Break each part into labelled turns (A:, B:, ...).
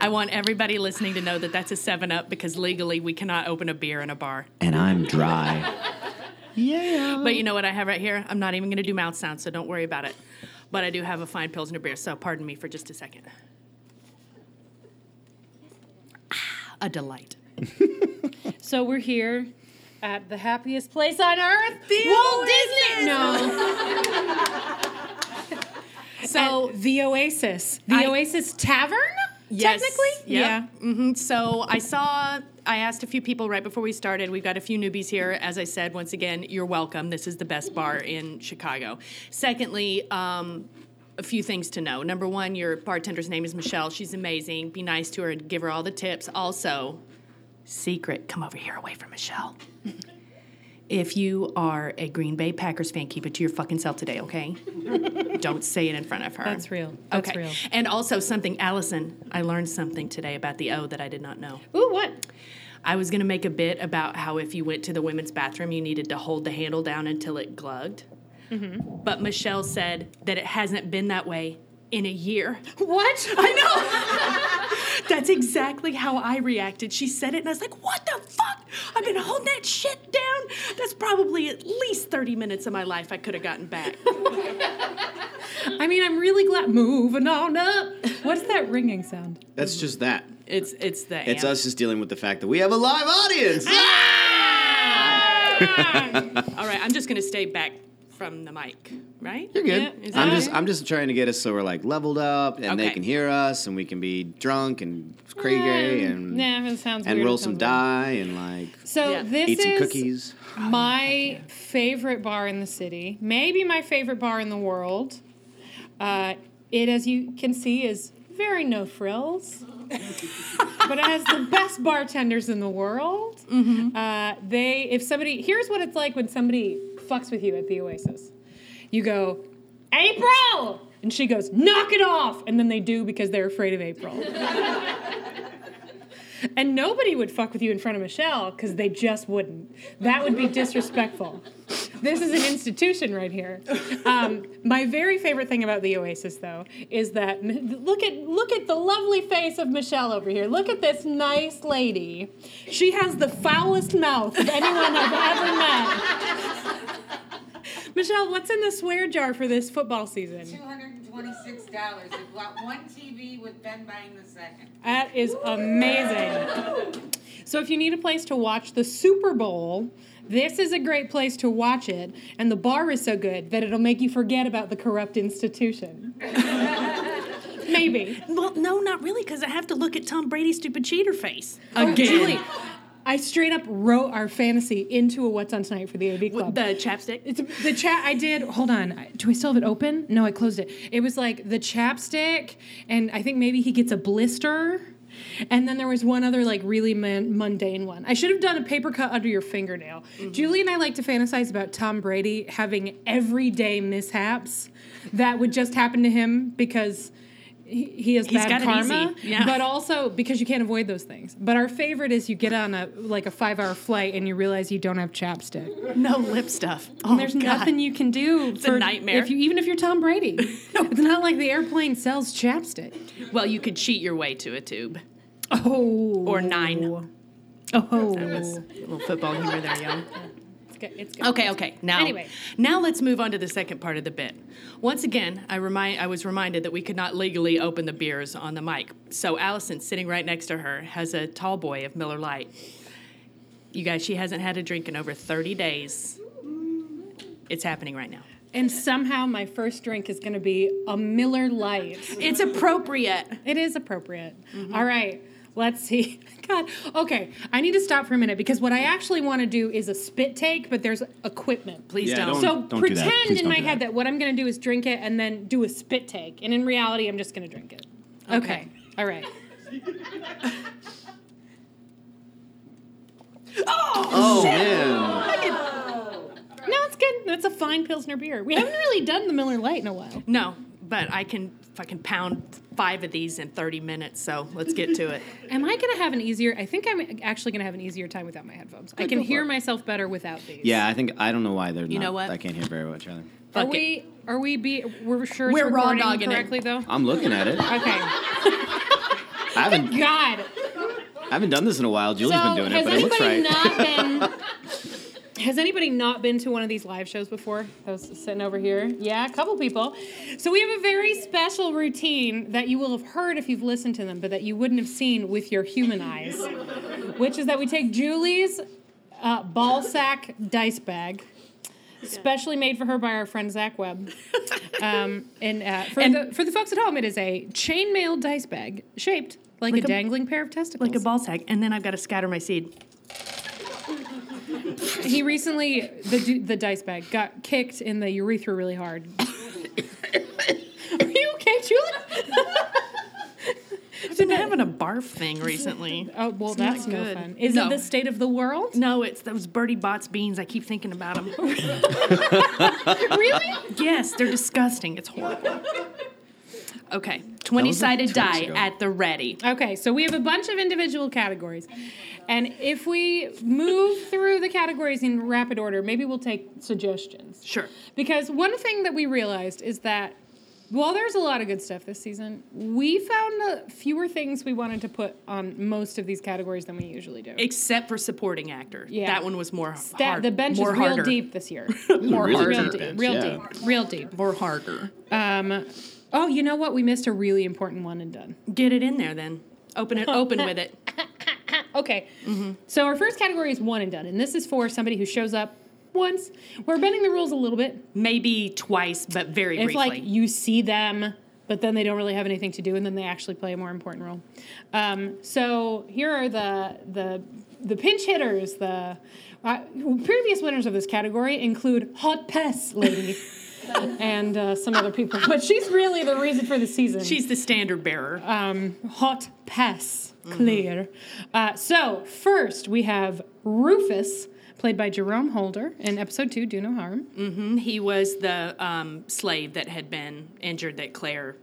A: I want everybody listening to know that that's a 7 Up because legally we cannot open a beer in a bar.
B: and I'm dry. yeah.
A: But you know what I have right here? I'm not even going to do mouth sounds, so don't worry about it. But I do have a fine Pilsner beer, so pardon me for just a second. Ah, a delight.
C: So we're here at the happiest place on earth,
A: The
C: Walt
A: Oasis.
C: Disney. No,
A: So
C: the Oasis, the
A: I-
C: Oasis Tavern.
A: Yes.
C: Technically,
A: Yep.
C: yeah.
A: Mhm. So I saw. I asked a few people right before we started. We've got a few newbies here. As I said, once again, you're welcome. This is the best bar in Chicago. Secondly, um, a few things to know. Number one, your bartender's name is Michelle. She's amazing. Be nice to her and give her all the tips. Also, secret come over here away from Michelle. if you are a Green Bay Packers fan, keep it to your fucking self today, okay? Don't say it in front of her.
C: That's real. That's
A: okay.
C: real.
A: And also something, Allison, I learned something today about the O that I did not know.
C: Ooh, what?
A: I was gonna make a bit about how if you went to the women's bathroom, you needed to hold the handle down until it glugged.
C: Mm-hmm.
A: But Michelle said that it hasn't been that way in a year.
C: What?
A: I know. That's exactly how I reacted. She said it, and I was like, what the fuck? I've been holding that shit down. That's probably at least 30 minutes of my life I could have gotten back.
C: I mean, I'm really glad. Moving on up. What's that ringing sound?
B: That's just that.
A: It's it's the
B: It's
A: amp.
B: us just dealing with the fact that we have a live audience.
A: Ah! All right, I'm just gonna stay back from the mic, right?
B: You're good.
C: Yeah, is that
B: I'm just
C: okay?
B: I'm just trying to get us so we're like leveled up and they
A: Okay.
B: can hear us and we can be drunk and crazy and
C: Nah, it sounds
B: and
C: weird.
B: roll
C: It
B: some
C: sounds weird.
B: die and like
C: So
A: Yeah.
C: this
B: eat some
C: is
B: cookies.
C: my favorite bar in the city, maybe my favorite bar in the world. Uh, it, as you can see, is very no frills, but it has the best bartenders in the world. Uh, they, if somebody, here's what it's like when somebody fucks with you at the Oasis. You go, April, and she goes, knock it off, and then they do because they're afraid of April. And nobody would fuck with you in front of Michelle because they just wouldn't. That would be disrespectful. This is an institution right here. Um, my very favorite thing about the Oasis, though, is that m- look at look at the lovely face of Michelle over here. Look at this nice lady. She has the foulest mouth of anyone I've ever met. Michelle, what's in the swear jar for this football season?
D: $226. It bought one TV with Ben buying the second.
C: That is amazing. So if you need a place to watch the Super Bowl, this is a great place to watch it, and the bar is so good that it'll make you forget about the corrupt institution. Maybe.
A: Well, no, not really, because I have to look at Tom Brady's stupid cheater face
C: Julie, I straight up wrote our fantasy into a What's on Tonight for the AV Club.
A: With the chapstick.
C: It's the chat I did. Hold on. I- Do I still have it open? No, I closed it. It was like the chapstick, and I think maybe he gets a blister. And then there was one other like really mun- mundane one. I should have done a paper cut under your fingernail.
A: Mm-hmm.
C: Julie and I like to fantasize about Tom Brady having everyday mishaps that would just happen to him because he, he has
A: He's
C: bad
A: got it
C: karma.
A: easy. Yeah.
C: But also because you can't avoid those things. But our favorite is you get on a like a five hour flight and you realize you don't have chapstick.
A: No lip stuff. Oh,
C: There's
A: God.
C: nothing you can do.
A: a nightmare.
C: If you, even if you're Tom Brady, it's not like the airplane sells chapstick.
A: Well, you could cheat your way to a tube
C: Oh.
A: or nine.
C: Oh.
A: That was a little football humor there, y'all.
C: It's good. It's good.
A: Okay, okay. Now,
C: Anyway.
A: now let's move on to the second part of the bit. Once again, I remind I was reminded that we could not legally open the beers on the mic. So Allison, sitting right next to her, has a tall boy of Miller Lite. You guys, she hasn't had a drink in over 30 days. It's happening right now.
C: And somehow my first drink is going to be a Miller Lite.
A: It's appropriate.
C: It is appropriate. All right. Let's see. God. Okay. I need to stop for a minute because what I actually want to do is a spit take, but there's equipment.
A: Please
B: Yeah,
A: don't.
B: don't-
C: So
B: do that.
C: pretend
B: Please
C: in
B: don't
C: my
B: do
C: head
B: that.
C: that what I'm going to do is drink it and then do a spit take. And in reality, I'm just going to drink it. Okay.
A: Okay.
C: All right.
B: Oh man.
C: No, it's good. That's a fine Pilsner beer. We haven't really done the Miller Lite in a while.
A: No, but I can fucking pound five of these in 30 minutes, so let's get to it.
C: Am I going to have an easier? I think I'm actually going to have an easier time without my headphones. I can
B: go for
C: hear
B: it.
C: myself better without these.
B: Yeah, I think I don't know why they're
A: You
B: not,
A: know what?
B: I can't hear very well, Charlie.
C: Are
A: Fuck it.
C: we? Are we? Be? We're sure it's
A: We're raw
C: recording
A: dogging it.
C: correctly though.
B: I'm looking at it.
C: Okay.
B: I haven't,
C: God.
B: I haven't done this in a while. Julie's
C: so
B: been doing it,
C: has
B: but it looks
C: anybody
B: right.
C: not been? Has anybody not been to one of these live shows before? Those sitting over here, yeah, a couple people. So we have a very special routine that you will have heard if you've listened to them, but that you wouldn't have seen with your human eyes, which is that we take Julie's uh, ball sack dice bag, specially made for her by our friend Zach Webb. Um, and uh, for,
A: And-
C: the, for the folks at home, it is a chainmail dice bag shaped like,
A: Like
C: a,
A: a-
C: dangling pair of testicles.
A: like a ball sack, and then I've got to scatter my seed.
C: He recently the du- the dice bag got kicked in the urethra really hard. Are you okay, Julia?
A: I've been having a barf thing recently.
C: oh well,
A: not
C: that's no
A: good.
C: fun. Is
A: No.
C: it the state of the world?
A: No, it's those Birdie Bots beans. I keep thinking about them.
C: really?
A: yes, they're disgusting. It's horrible. Okay, 20 sided
B: two weeks
A: die
B: ago.
A: at the ready.
C: Okay, so we have a bunch of individual categories, and if we move through the categories in rapid order, maybe we'll take suggestions.
A: Sure.
C: Because one thing that we realized is that while there's a lot of good stuff this season, we found the fewer things we wanted to put on most of these categories than we usually do.
A: Except for supporting actor.
C: Yeah.
A: That one was more
C: That
A: hard.
C: the bench
A: more
C: is real
A: harder.
C: deep this year.
A: More
B: Really
A: harder.
C: real
B: deep
C: deep,
B: bench,
C: real
B: yeah.
C: deep, real deep.
A: More harder.
C: Um, oh, you know what? We missed a really important one and done.
A: Get it in there then. Open it, open with it.
C: Okay,
A: Mm-hmm.
C: so our first category is one and done, and this is for somebody who shows up once. We're bending the rules a little bit.
A: Maybe twice, but very
C: If
A: briefly.
C: like you see them, but then they don't really have anything to do, and then they actually play a more important role. Um, so here are the the the pinch hitters. The uh, previous winners of this category include Hot Pess Lady. And uh, some other people, but she's really the reason for the season.
A: She's the standard bearer.
C: um, Hot Pess,
A: Mm-hmm.
C: clear. Uh, so first we have Rufus, played by Jerome Holder in episode two, Do No Harm.
A: he was the um, slave that had been injured that Claire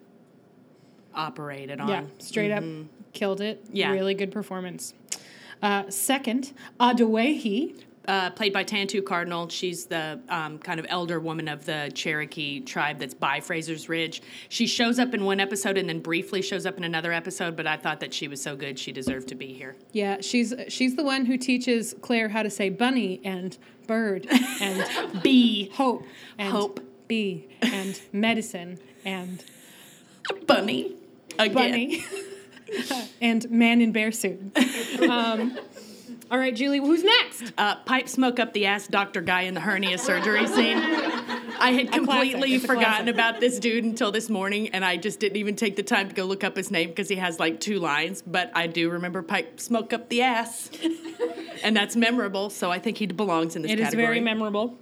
A: operated on. Mm-hmm.
C: Yeah, straight up killed it.
A: Yeah.
C: Really good performance. Uh, second, Adewehi.
A: uh, played by Tantu Cardinal. She's the um, kind of elder woman of the Cherokee tribe that's by Fraser's Ridge. She shows up in one episode and then briefly shows up in another episode, but I thought that she was so good she deserved to be here.
C: Yeah, she's she's the one who teaches Claire how to say bunny and bird and
A: B.
C: hope and
A: Hope.
C: bee and medicine and
A: Bunny. Again.
C: bunny and man in bear suit. Um, all right, Julie, who's next?
A: Uh, pipe smoke up the ass doctor guy in the hernia surgery scene. I had completely
C: It's a classic.
A: forgotten about this dude until this morning, and I just didn't even take the time to go look up his name because he has like two lines, but I do remember pipe smoke up the ass. and that's memorable, so I think he belongs in this
C: It is
A: category. Mm-hmm.
C: very memorable.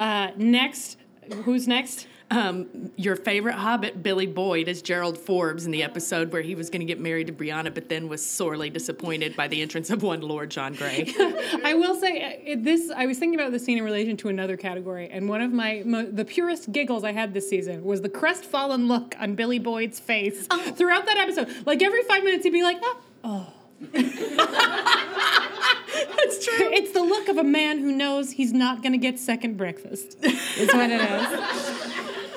C: Uh, next, who's next?
A: um, your favorite hobbit, Billy Boyd, is Gerald Forbes in the episode where he was going to get married to Brianna, but then was sorely disappointed by the entrance of one Lord John Grey. Mm-hmm,
C: I will say uh, it, this. I was thinking about this scene in relation to another category, and one of my mo- the purest giggles I had this season was the crestfallen look on Billy Boyd's face throughout that episode. Like every five minutes, he'd be like, "Oh, oh." That's true. It's the look of a man who knows he's not going to get second breakfast. Is what it is.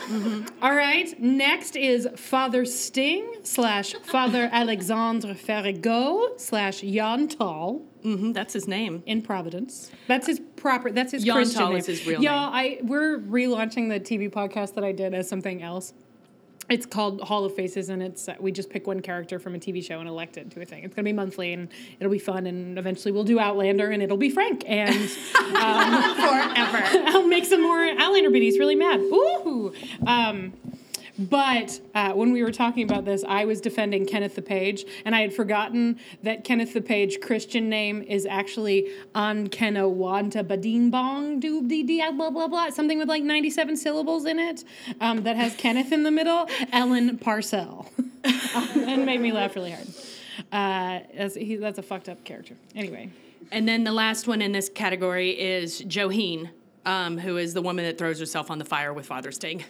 C: Mm-hmm. All right. Next is Father Sting slash Father Alexandre Ferrigo slash Jan Tall
A: hmm that's his name.
C: in Providence. That's his proper. That's his
A: Jan
C: Christian
A: Tal
C: name.
A: is his real
C: Y'all, I we're relaunching the TV podcast that I did as something else. It's called Hall of Faces, and it's uh, we just pick one character from a TV show and elect it to a thing. It's gonna be monthly, and it'll be fun, and eventually we'll do Outlander, and it'll be Frank, and um,
A: Forever.
C: I'll make some more Outlander biddies really mad. Ooh. Um, but uh, when we were talking about this, I was defending Kenneth the Page, and I had forgotten that Kenneth the Page Christian name is actually Ankena Wanta Badeen Bong Doob Dee Dee ah, blah blah blah something with like ninety seven syllables in it um, that has Kenneth in the middle. Ellen Parcell, and made me laugh really hard. Uh, that's, he, that's a fucked up character. Anyway,
A: and then the last one in this category is Joheen, um, who is the woman that throws herself on the fire with Father Sting.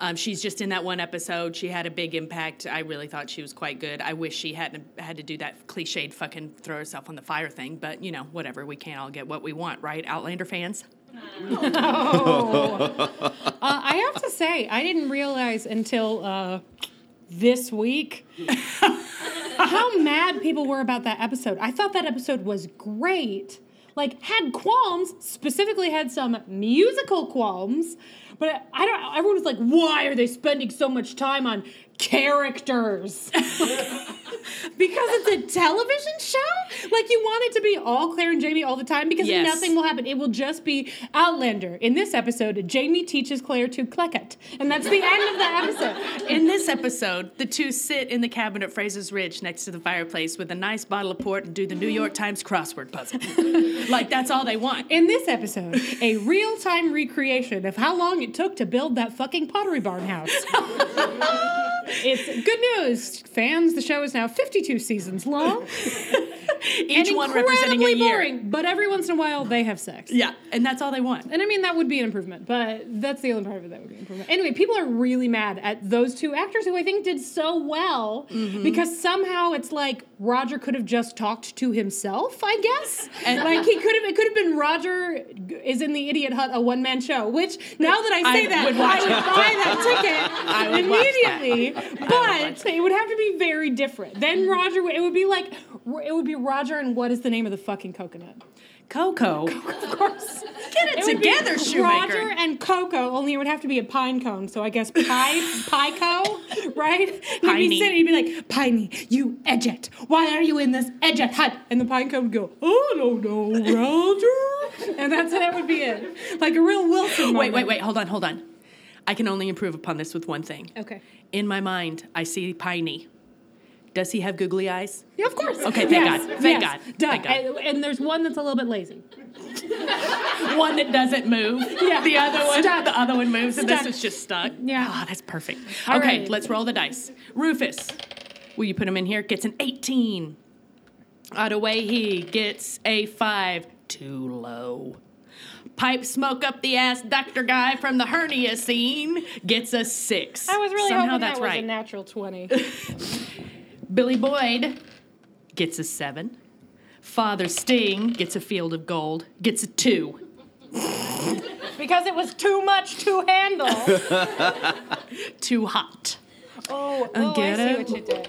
A: Um, she's just in that one episode. She had a big impact. I really thought she was quite good. I wish she hadn't had to do that cliched fucking throw herself on the fire thing, but you know, whatever. We can't all get what we want, right, Outlander fans?
C: Uh, I have to say, I didn't realize until uh, this week how mad people were about that episode. I thought that episode was great. Like had qualms, specifically had some musical qualms, but I don't. Everyone was like, "Why are they spending so much time on characters?" because it's a television show. Like you want it to be all Claire and Jamie all the time because
A: Yes.
C: nothing will happen. It will just be Outlander. In this episode, Jamie teaches Claire to clicket, and that's the end of the episode.
A: In this episode, the two sit in the cabin at Fraser's Ridge next to the fireplace with a nice bottle of port and do the New York Times crossword puzzle. like, that's all they want.
C: In this episode, a real time recreation of how long it took to build that fucking Pottery Barn house. it's good news, fans. The show is now 52 seasons long.
A: Each
C: and
A: one representing a
C: incredibly
A: year.
C: boring, but every once in a while they have sex.
A: Yeah, and that's all they want.
C: And I mean, that would be an improvement, but that's the only part of it that would be an improvement. Anyway, people are really mad at those two actors who I think did so well
A: Mm-hmm.
C: because somehow it's like Roger could have just talked to himself, I guess.
A: And-
C: like he could have, it could have been Roger is in the Idiot Hut, a one man show, which now that I say
A: I
C: that,
A: would watch
C: I would buy that ticket
A: I Mm-hmm. would watch that.
C: immediately. But it would have to be very different. Then Roger, would- it would be like, it would be Roger and what is the name of the fucking coconut?
A: Coco.
C: Of course.
A: Get it,
C: It would be
A: together, Shoemaker.
C: Roger and Coco, only it would have to be a pine cone. So I guess pie, Pico, right? And He'd
A: Piney.
C: be sitting, he'd be like, Piney, you edget. Why are you in this edget hut? And the pine cone would go, I don't know, Roger. and that's that would be it. Like a real Wilson.
A: Wait,
C: moment.
A: wait, wait. Hold on, hold on. I can only improve upon this with one thing.
C: Okay.
A: In my mind, I see Piney. Does he have googly eyes?
C: Yeah, of course.
A: Okay, thank God. Thank God.
C: Duh.
A: Thank God.
C: And, and there's one that's a little bit lazy.
A: One that doesn't move.
C: Yeah.
A: The other one,
C: Stuck.
A: the other one moves, and this
C: Stuck.
A: one's just stuck.
C: Yeah.
A: Ah, that's perfect.
C: All
A: okay,
C: right.
A: let's roll the dice. Rufus, will you put him in here? Gets an 18. Ottaway, he gets a five. Too low. Pipe smoke up the ass, doctor guy from the hernia scene gets a six.
C: I was really
A: Somehow
C: hoping
A: that's
C: that was
A: right.
C: a natural 20.
A: Billy Boyd gets a seven. Father Sting gets a field of gold, gets a two.
C: because it was too much to handle.
A: Too hot.
C: Oh, oh
A: get
C: I see
A: it?
C: what you did.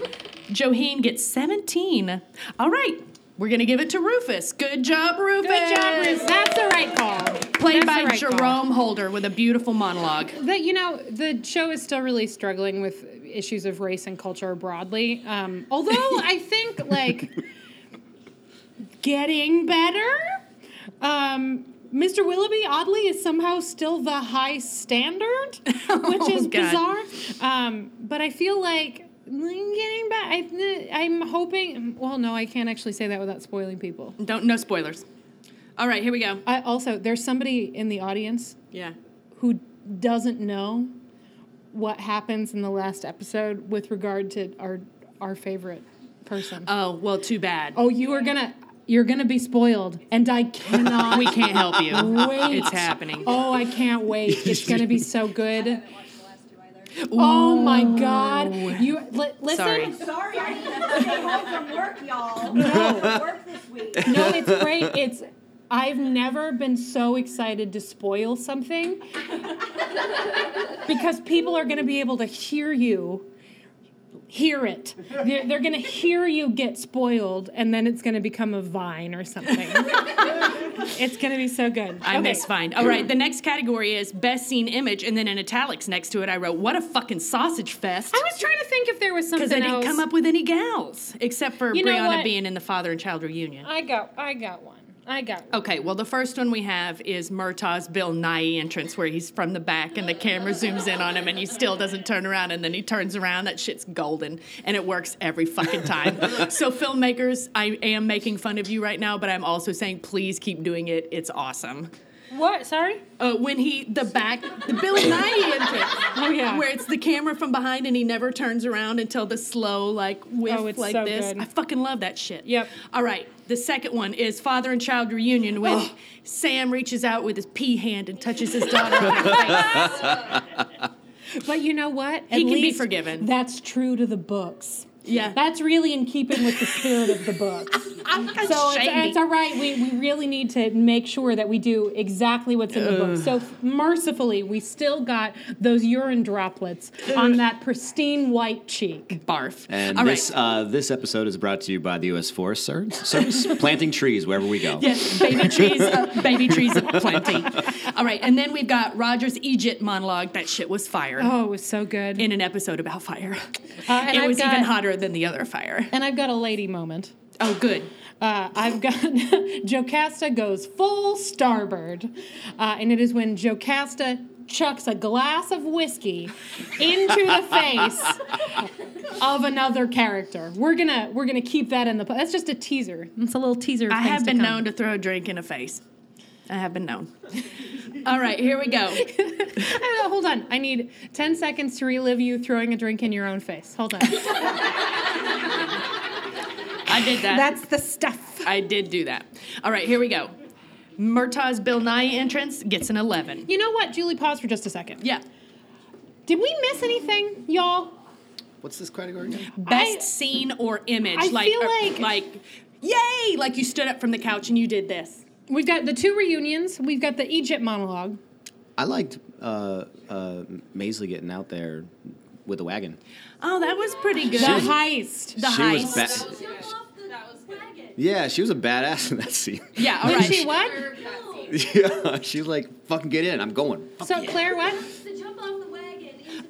A: Joheen gets 17. All right, we're going to give it to Rufus. Good job, Rufus.
C: Good job, Ruth. That's the right call.
A: Played
C: That's
A: by
C: the right
A: Jerome
C: call.
A: Holder with a beautiful monologue.
C: That you know, the show is still really struggling with issues of race and culture broadly. Um, although I think like getting better. Um, Mr. Willoughby, oddly, is somehow still the high standard, which is
A: Oh, God.
C: bizarre. Um, but I feel like getting back. I, I'm hoping. Well, no, I can't actually say that without spoiling people.
A: Don't no spoilers. All right, here we go.
C: I also there's somebody in the audience
A: Yeah.
C: who doesn't know what happens in the last episode with regard to our our favorite person.
E: Uh,
A: Oh, well, too bad.
C: oh, you are gonna you're gonna be spoiled, and I cannot.
A: We can't help you.
C: Wait.
A: It's happening.
C: Oh, I can't wait. It's gonna be so good.
E: watched the last two either.
C: Oh my god. You li- listen.
A: Sorry.
E: Sorry, I didn't stay home from work, y'all. No, work this week.
C: No, it's great. It's I've never been so excited to spoil something because people are going to be able to hear you hear it. They're, they're going to hear you get spoiled, and then it's going to become a vine or something. it's going to be so good.
A: I
C: Okay.
A: miss fine. All right, the next category is best seen image, and then in italics next to it, I wrote, "What a fucking sausage fest!"
C: I was trying to think if there was something
A: Because I didn't
C: else.
A: come up with any gals except for
C: You know
A: Brianna
C: what?
A: being in the father and child reunion.
C: I got. I got one. I got. One.
A: Okay, well, the first one we have is Murtaugh's Bill Nye entrance, where he's from the back and the camera zooms in on him and he still doesn't turn around and then he turns around. That shit's golden and it works every fucking time. so, filmmakers, I am making fun of you right now, but I'm also saying please keep doing it. It's awesome.
C: What? Sorry.
A: Uh, when he, the back, the Bill Nye entrance.
C: Oh yeah.
A: Where it's the camera from behind and he never turns around until the slow like whiff
C: Oh, it's
A: like
C: so
A: this.
C: good.
A: I fucking love that shit.
C: Yep.
A: All right. The second one is father and child reunion
C: Oh.
A: when Sam reaches out with his pea hand and touches his daughter. on her face.
C: But you know what? At
A: can be forgiven.
C: That's true to the books.
A: Yeah.
C: That's really in keeping with the spirit of the book. so it's, it's all right. We, we really need to make sure that we do exactly what's in the book. So mercifully, we still got those urine droplets on that pristine white cheek.
A: barf.
F: And
A: All right.
F: this uh, this episode is brought to you by the U.S. Forest Ser- Service, planting trees wherever we go.
A: Yes, baby trees, uh, baby trees plenty. All right, and then we've got Roger's Egypt monologue. That shit was fire.
C: Oh, it was so good.
A: In an episode about fire,
C: Uh, and
A: it
C: I've
A: was even
C: got-
A: hotter than the other fire.
C: and I've got a lady moment.
A: Oh, good.
C: Uh, I've got Jocasta goes full starboard, uh, and it is when Jocasta chucks a glass of whiskey into the face of another character. We're gonna we're gonna keep that in the. po- That's just a teaser. It's a little teaser. Of
A: I
C: things
A: have
C: to
A: been
C: come.
A: known to throw a drink in a face. I have been known. All right, here we go.
C: Uh, hold on, I need ten seconds to relive you throwing a drink in your own face. Hold on.
A: I did that.
C: That's the stuff.
A: I did do that. All right, here we go. Murtaugh's Bill Nye entrance gets an 11.
C: You know what, Julie? Pause for just a second.
A: Yeah.
C: Did we miss anything, y'all?
B: What's this category again?
A: Best
C: I-
A: scene or image.
C: I
A: like,
C: feel
A: or-
C: like-
A: like, yay! Like you stood up from the couch and you did this.
C: We've got the two reunions. We've got the Egypt monologue.
B: I liked uh, uh, Maisley getting out there with the wagon.
A: Oh, that was pretty good.
C: The heist.
A: The
B: she
A: heist.
B: was ba- yeah, she was a badass in that scene.
A: yeah, all
C: Did
A: right.
C: she what?
B: yeah, she's like, fucking get in. I'm going.
C: So Claire, what?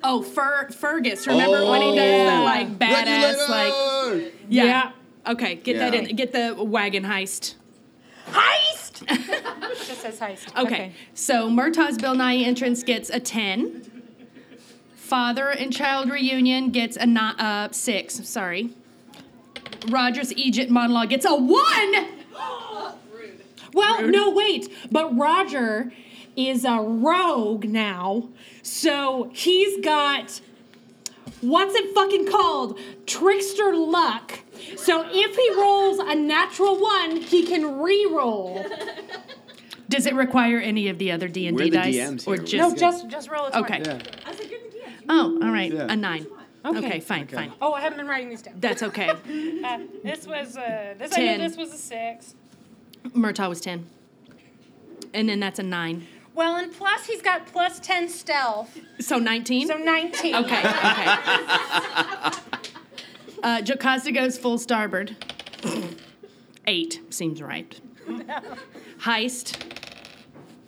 A: Oh, Fer- Fergus. Remember when he does that,
B: Oh.
A: like,
B: Let you
A: badass, like,
B: later.
A: yeah.
C: Yeah.
A: Okay, get that
B: Yeah.
A: in. Get the wagon heist.
C: Just says heist.
A: Okay. So Murtaugh's Bill Nye entrance gets a 10. Father and child reunion gets a ni- uh, 6. Sorry. Roger's Egypt monologue gets a 1.
C: Well, no, wait. But Roger is a rogue now, so he's got what's it fucking called? Trickster luck. So if he rolls a natural one, he can re-roll.
A: Does it require any of the other D&D
B: We're the
A: dice
B: DMs
A: or
B: here.
A: just
B: No, just-
C: Oh, just roll it.
A: Okay.
B: Yeah.
A: Oh, all right.
B: Yeah.
A: A 9. Okay, fine, fine.
C: Oh, I haven't been writing these down.
A: That's okay.
C: This was uh, this
A: knew Ten. this
C: was a six.
A: Murtaugh was 10. And then that's a 9.
C: Well, and plus he's got plus ten stealth,
A: So 19?
C: nineteen.
A: Okay, okay. uh, Jocasta goes full starboard. Eight seems right. Heist.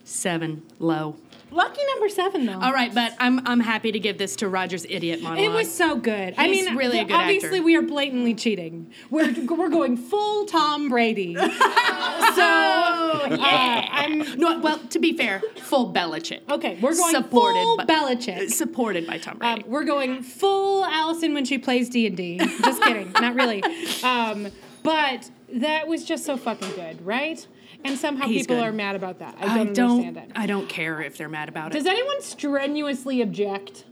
A: Seven low.
C: Lucky number seven, though.
A: All right, but I'm I'm happy to give this to Roger's idiot monologue.
C: It was so good. I
A: He's
C: mean,
A: really a good
C: obviously
A: actor.
C: we are blatantly cheating. We're we're going full Tom Brady. so
A: Oh,
C: yeah, I'm
A: no. Well, to be fair, full Belichick.
C: okay. We're going
A: Supported
C: full
A: by-
C: Belichick.
A: Supported by Tom Brady.
C: Um, we're going full Allison when she plays D and D. Just kidding, not really. Um, but that was just so fucking good, right? And somehow
A: He's
C: people
A: good.
C: are mad about that. I
A: I
C: don't,
A: don't.
C: understand it.
A: I don't care if they're mad about
C: Does
A: it.
C: anyone strenuously object?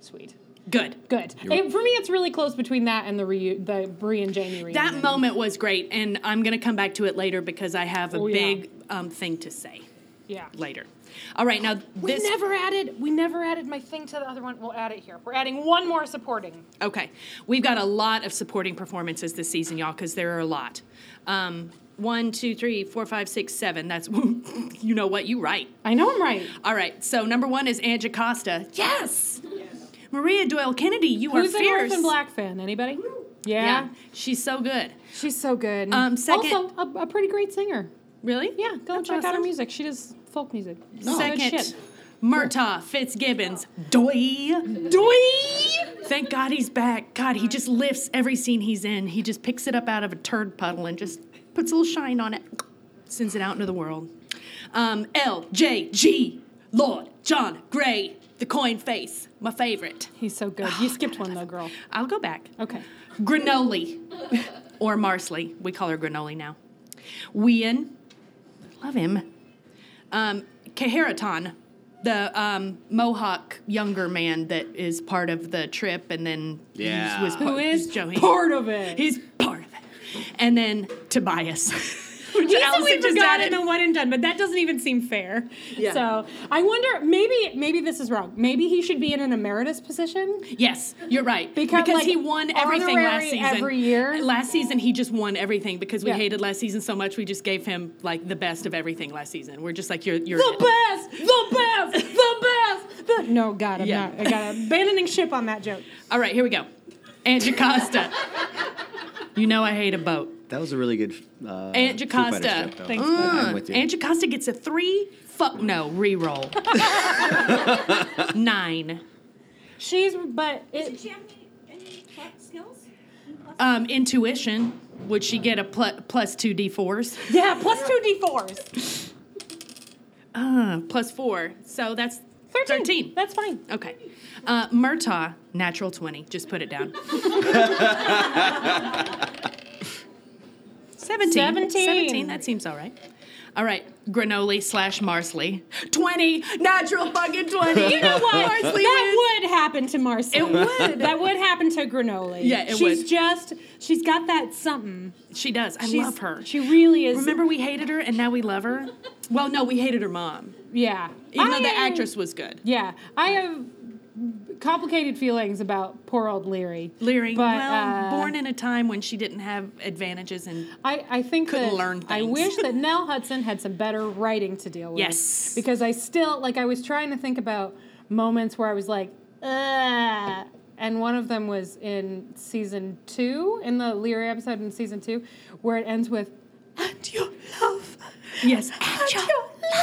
C: Sweet.
A: Good.
C: Good. It- for me, it's really close between that and the reu- the Brie and Jamie reunion.
A: That moment was great, and I'm gonna come back to it later because I have a
C: Oh, yeah.
A: big um, thing to say.
C: yeah.
A: later. All right, now
C: we
A: this.
C: never added. We never added my thing to the other one. We'll add it here. We're adding one more supporting.
A: okay, we've got a lot of supporting performances this season, y'all, because there are a lot. Um, one, two, three, four, five, six, seven. That's you know what you right.
C: I know I'm right.
A: All right, so number one is Angie Costa. Yes. Maria Doyle Kennedy, you
C: Who's
A: are
C: an
A: fierce.
C: Orphan Black fan? Anybody? Yeah.
A: Yeah, she's so good.
C: She's so good.
A: Um, second-
C: also a, a pretty great singer.
A: Really?
C: Yeah, go
A: That's
C: check out her
A: awesome.
C: music. She does folk music. Good
A: Second,
C: shit.
A: Murtaugh Fitzgibbons. Doy. Doy. Thank God he's back. God, he just lifts every scene he's in. He just picks it up out of a turd puddle and just puts a little shine on it, sends it out into the world. Um, LJG, Lord John Gray, the coin face, my favorite.
C: He's so good. You skipped one though, girl.
A: I'll go back.
C: Okay.
A: Granoli, or Marsley. We call her Granoli now. Wien, love him. Um, Kaheraton, the um, Mohawk younger man that is part of the trip, and then he's-
B: Yeah.
A: was
C: Who
A: part-
C: is
A: Joey?
C: part of it?
A: He's part of it. And then Tobias.
C: Easily
A: Allison just
C: forgotten
A: added-
C: the one and done, but that doesn't even seem fair.
A: Yeah.
C: So I wonder. Maybe maybe this is wrong. Maybe he should be in an emeritus position.
A: Yes, you're right.
C: Become, like,
A: he won everything last
C: honorary
A: season.
C: every year?
A: Last season he just won everything because we
C: Yeah.
A: hated last season so much we just gave him like the best of everything last season. We're just like you're you're
C: The best, the best, the best. The... No, God, I'm
A: Yeah.
C: not. I got abandoning ship on that joke.
A: All right, here we go. Aunt Jacosta. you know I hate a boat.
B: That was a really good. Uh,
A: Aunt
B: Foo Fighters
A: Jacosta.
B: joke, though.
C: Thanks,
B: I'm with you.
A: Aunt Jacosta gets a three fuck no re-roll. Nine.
C: She's but it,
E: Did she have any, any tech skills?
A: Um, intuition. Would she get a pl- plus two D fours?
C: yeah, plus two d fours.
A: Uh, plus four. So that's
C: 13.
A: 13.
C: That's fine.
A: Okay. Uh, Murtaugh, natural 20. Just put it down. 17.
C: 17.
A: 17. That seems all right. All right. Granoli slash Marsley. 20. Natural fucking 20.
C: You know what?
A: Marsley wins.
C: that would happen to Marcy.
A: It would.
C: That would happen to Granoli.
A: Yeah, it
C: she's
A: would.
C: just she's got that something.
A: She does. I
C: She's-
A: love her.
C: She really is.
A: Remember we hated her and now we love her? Well, no, we hated her mom.
C: Yeah.
A: Even though
C: I-
A: the actress was good.
C: Yeah, I have complicated feelings about poor old Leary.
A: Leary,
C: But,
A: well,
C: uh,
A: born in a time when she didn't have advantages and
C: I, I think
A: Couldn't
C: that
A: learn
C: I
A: things.
C: wish that Nell Hudson had some better writing to deal with.
A: Yes.
C: Because I still like I was trying to think about moments where I was like, Ugh, and one of them was in season two, in the Leary episode in season two, where it ends with and your love.
A: yes,
C: And your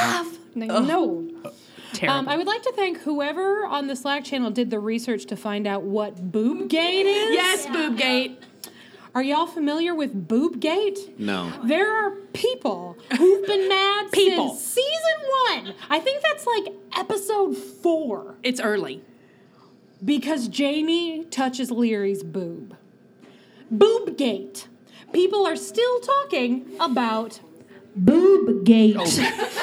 C: love. No, no.
A: terrible.
C: Um, I would like to thank whoever on the Slack channel did the research to find out what boobgate is.
A: yes, boobgate.
C: Are y'all familiar with boobgate?
F: No.
C: There are people who've been mad
A: People.
C: since season one. I think that's like episode four
A: It's early.
C: because Jamie touches Leary's boob. Boobgate. People are still talking about boobgate.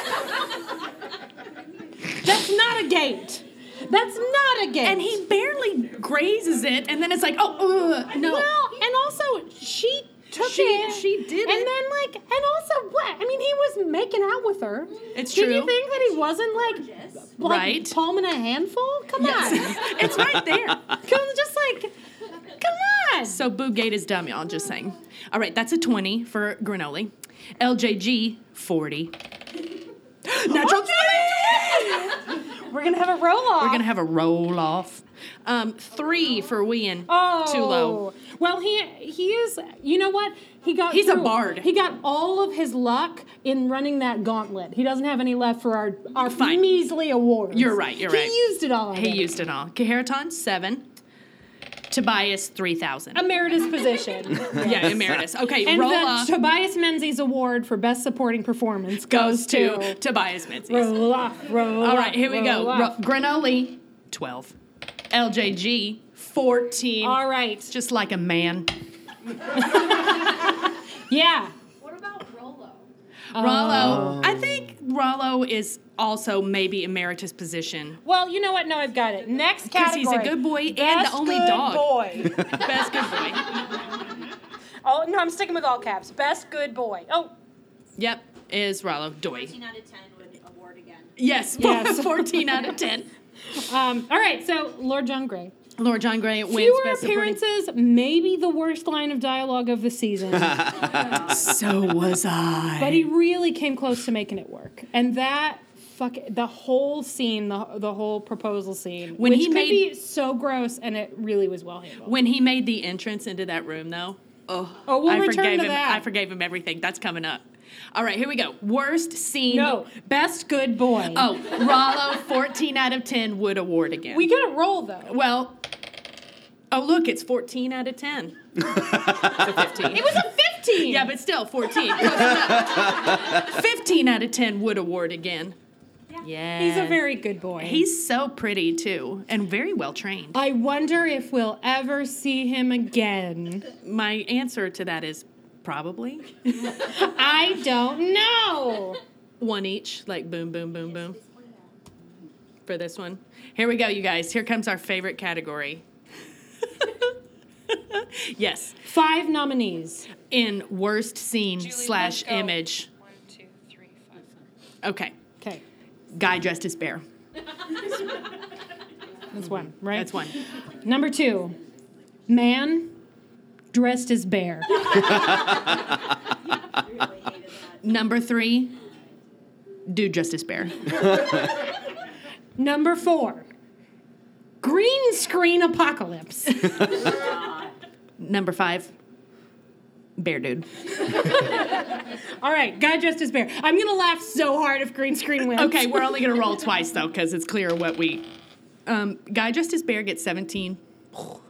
C: that's not a gate. That's not a gate.
A: And he barely grazes it, and then it's like, oh, ugh, no.
C: Well, and also she took
A: She-
C: it.
A: she did
C: And
A: it.
C: then like, and also what? I mean, he was making out with her.
A: It's
C: did you
A: true.
C: think that he wasn't like, like
A: Right.
C: palming a handful? Come on,
A: it's right there.
C: come just like, come on.
A: So boobgate is dumb, y'all. Just saying. All right, that's a twenty for Granoli. LJG forty. Natural twenty.
C: We're gonna have a roll off.
A: We're gonna have a roll off. Um, three for Wien.
C: Oh,
A: Too low.
C: Well, he he is. You know what? He got.
A: He's a
C: through.
A: bard.
C: He got all of his luck in running that gauntlet. He doesn't have any left for our our
A: Fine.
C: measly awards.
A: You're right, you're
C: he
A: right.
C: He used it all.
A: He
C: already.
A: used it all. Kaheraton seven. Tobias three thousand.
C: emeritus position.
A: yeah, emeritus. Okay,
C: And
A: roll
C: the
A: off
C: Tobias Menzies Award for Best Supporting Performance
A: goes to Tobias Menzies.
C: Roll off, roll
A: All right, here we
C: roll
A: go. Ro-
C: off.
A: Granoli, 12. LJG, 14.
C: All right.
A: Just like a man.
C: Yeah. Uh,
E: What about Rolo?
C: Oh.
A: Rollo, I think Rollo is also maybe emeritus position.
C: Well, you know what? No, I've got it. Next
A: Because
C: category.
A: he's a good boy and the
C: Best
A: only
C: good
A: dog.
C: boy.
A: Best good boy.
C: oh, no, I'm sticking with all caps. Best good boy. Oh,
A: Yep, is Rollo. Doy.
E: 13 out of 10 would award again.
A: Yes,
C: Yes.
A: 14 out of 10.
C: um, all right. So, Lord John Gray.
A: Lord John Gray wins
C: Fewer
A: best supporting.
C: appearances, maybe the worst line of dialogue of the season, but
A: So was I.
C: he really came close to making it work. And that fuck the whole scene, the, the whole proposal scene,
A: When
C: which
A: he
C: could
A: made-
C: be so gross, and it really was well handled.
A: When he made the entrance into that room, though, oh,
C: Oh, we'll
A: I
C: return
A: forgave
C: to
A: him.
C: that.
A: I forgave him everything. That's coming up. All right, here we go. Worst scene.
C: No, best good boy.
A: Oh, Rollo, 14 out of 10 Wood Award again.
C: we got a roll though.
A: well, oh, look, it's 14 out of 10. It's a 15.
C: It was a fifteen.
A: yeah, but still, 14. Close enough. 15 out of 10 Wood Award again. Yeah.
C: he's a very good boy.
A: He's so pretty, too, and very well trained.
C: I wonder if we'll ever see him again.
A: My answer to that is probably
C: I don't know.
A: one each, like boom, boom, boom, boom. For this one. Here we go, you guys. Here comes our favorite category. yes,
C: Five nominees.
A: in worst scene
G: Julie,
A: slash
G: let's go.
A: image.
G: One, two, three, five.
A: Okay,
C: Okay,
A: guy dressed as bear.
C: that's one,
A: Mm-hmm.
C: right?
A: That's one.
C: Number two, man dressed as bear.
A: Number three, dude dressed as bear.
C: Number four, green screen apocalypse.
A: Number five, bear dude.
C: All right, guy dressed as bear. I'm gonna laugh so hard if green screen wins.
A: Okay, we're only gonna roll twice though, because it's clear what we. Um, guy dressed as bear gets 17.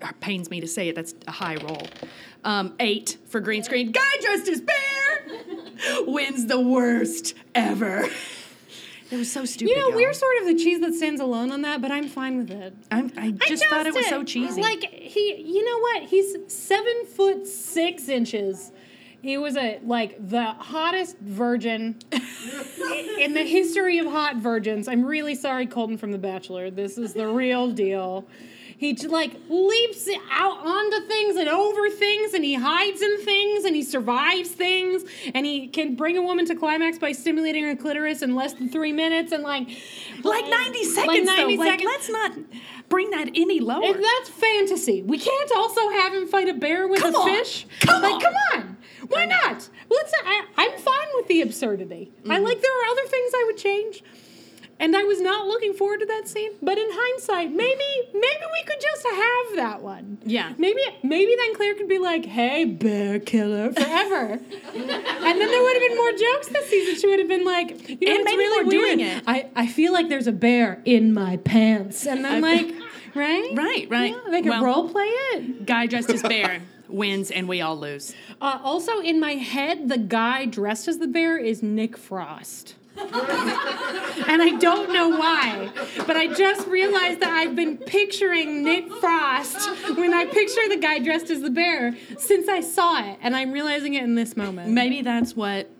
A: It pains me to say it. That's a high roll. Um, eight for green screen. Guy dressed as bear wins the worst ever. That was so stupid.
C: You know,
A: y'all.
C: we're sort of the cheese that stands alone on that, but I'm fine with it.
A: I'm, I
C: I
A: just thought it was so cheesy.
C: Like he, you know what? He's seven foot six inches. He was a like the hottest virgin in the history of hot virgins. I'm really sorry, Colton from The Bachelor. This is the real deal. He j- like leaps out onto things and over things, and he hides in things, and he survives things, and he can bring a woman to climax by stimulating her clitoris in less than three minutes, and like
A: like 90 seconds though.
C: 90
A: Like,
C: seconds.
A: let's not bring that any lower.
C: And that's fantasy. We can't also have him fight a bear with
A: Come
C: a
A: on.
C: fish.
A: Come
C: like,
A: on.
C: come on. Why not? Let's. I, I'm fine with the absurdity.
A: Mm-hmm.
C: I like there are other things I would change, and I was not looking forward to that scene. But in hindsight, maybe maybe we could just have that one.
A: Yeah.
C: Maybe maybe then Claire could be like, "Hey, bear killer, forever," and then there would have been more jokes this season. She would have been like, "You know,
A: And
C: it's
A: maybe
C: really
A: we're doing
C: weird.
A: it.
C: I I feel like there's a bear in my pants," and then
A: I-
C: like, right,
A: Right, right.
C: yeah, they could
A: Well-
C: role play it.
A: guy dressed as bear wins and we all lose.
C: Uh, also, in my head, the guy dressed as the bear is Nick Frost. and I don't know why, but I just realized that I've been picturing Nick Frost when I picture the guy dressed as the bear since I saw it, and I'm realizing it in this moment.
A: Maybe that's what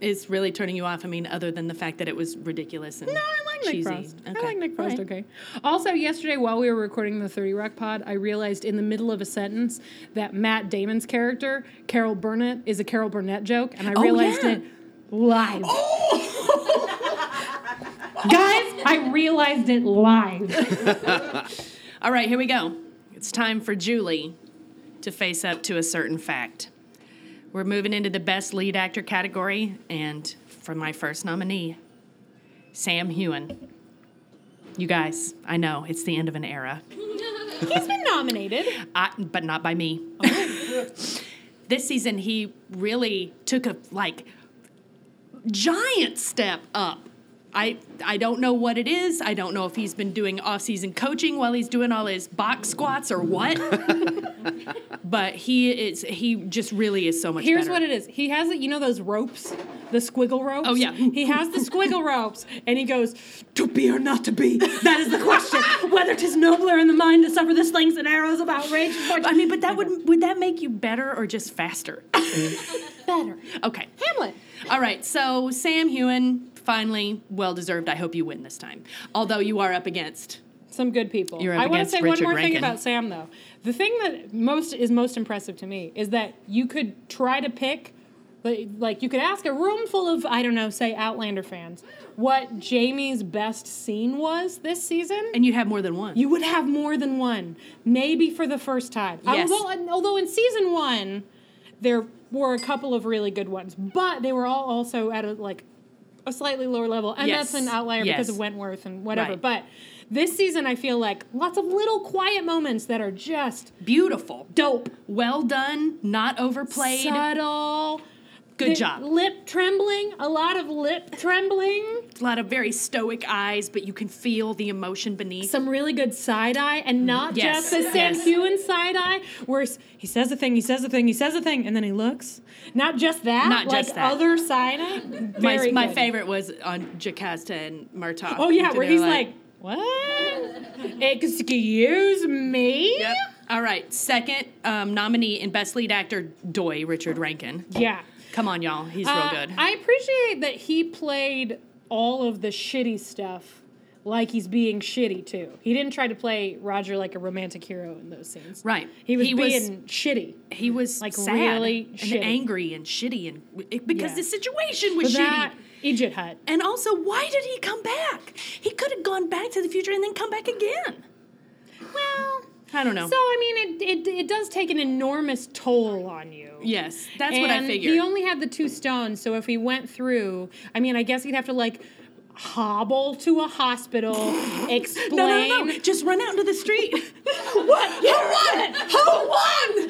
A: is really turning you off. I mean, other than the fact that it was ridiculous and
C: No, I like Nick
A: cheesy.
C: Frost. I
A: Okay.
C: like Nick Frost.
A: Alright.
C: Okay. Also, yesterday while we were recording the Thirty Rock Pod, I realized in the middle of a sentence that Matt Damon's character Carol Burnett is a Carol Burnett joke, and I realized
A: Oh, yeah. Oh.
C: it live. Guys, I realized it live.
A: All right, here we go. It's time for Julie to face up to a certain fact. We're moving into the best lead actor category, and for my first nominee, Sam Hewen. You guys, I know it's the end of an era,
C: He's been nominated.
A: I, but not by me. this season, he really took a like giant step up. I I don't know what it is. I don't know if he's been doing off-season coaching while he's doing all his box squats or what. but he is he just really is so much
C: Here's
A: better.
C: what it is. He has it. You know those ropes, the squiggle ropes.
A: Oh, yeah.
C: He has the squiggle ropes, and he goes, "To be or not to be, that is the question. Whether 'tis nobler in the mind to suffer the slings and arrows of outrage." and fortune."
A: I mean, but that would would that make you better or just faster?
C: better.
A: Okay.
C: Hamlet.
A: All right, so Sam Hewen, finally, well deserved. I hope you win this time. Although you are up against
C: Some good people.
A: You're up
C: I want to
A: against
C: say
A: Richard
C: one more
A: Rankin.
C: thing about Sam, though. The thing that most is most impressive to me is that you could try to pick, like, like you could ask a room full of I don't know, say Outlander fans, what Jamie's best scene was this season,
A: and you have more than one.
C: you would have more than one, maybe for the first time.
A: Yes.
C: Although, although in season one, there were a couple of really good ones, but they were all also at a like a slightly lower level, and
A: Yes.
C: that's an outlier
A: Yes.
C: because of Wentworth and whatever.
A: Right.
C: But this season, I feel like lots of little quiet moments that are just
A: Beautiful.
C: dope,
A: Well done, not overplayed.
C: subtle.
A: Good
C: The
A: job.
C: Lip trembling, a lot of lip trembling.
A: a lot of very stoic eyes, but you can feel the emotion beneath.
C: some really good side eye and not
A: Mm-hmm. Yes,
C: just the Sam
A: yes.
C: Hewen side eye where s- he says a thing, he says a thing, he says a thing, and then he looks. Not just that,
A: Not
C: like
A: just that.
C: other side eye.
A: my,
C: Very
A: my
C: good.
A: favorite was on Jocasta and Murtaugh.
C: Oh yeah,
A: They're
C: where he's like, what? Excuse me?
A: Yep. All right, second um, nominee in Best Lead Actor, Doy Richard Rankin.
C: Yeah.
A: Come on, y'all. He's
C: Uh,
A: real good.
C: I appreciate that he played all of the shitty stuff like he's being shitty too. He didn't try to play Roger like a romantic hero in those scenes.
A: Right.
C: He was
A: He was-
C: being shitty.
A: He was
C: Like,
A: sad
C: really
A: and
C: shitty.
A: angry and shitty and it- because
C: Yeah.
A: the situation was
C: But that
A: shitty.
C: Egypt Hut.
A: And also, why did he come back? He could have gone back to the future and then come back again.
C: Well,
A: I don't know.
C: So I mean, it, it it does take an enormous toll on you.
A: yes, that's what I
C: And
A: figured.
C: He only had the two stones, so if he went through, I mean, I guess he'd have to like hobble to a hospital, explain.
A: no, no, no, no. Just run out into the street. what? Who won? Who won?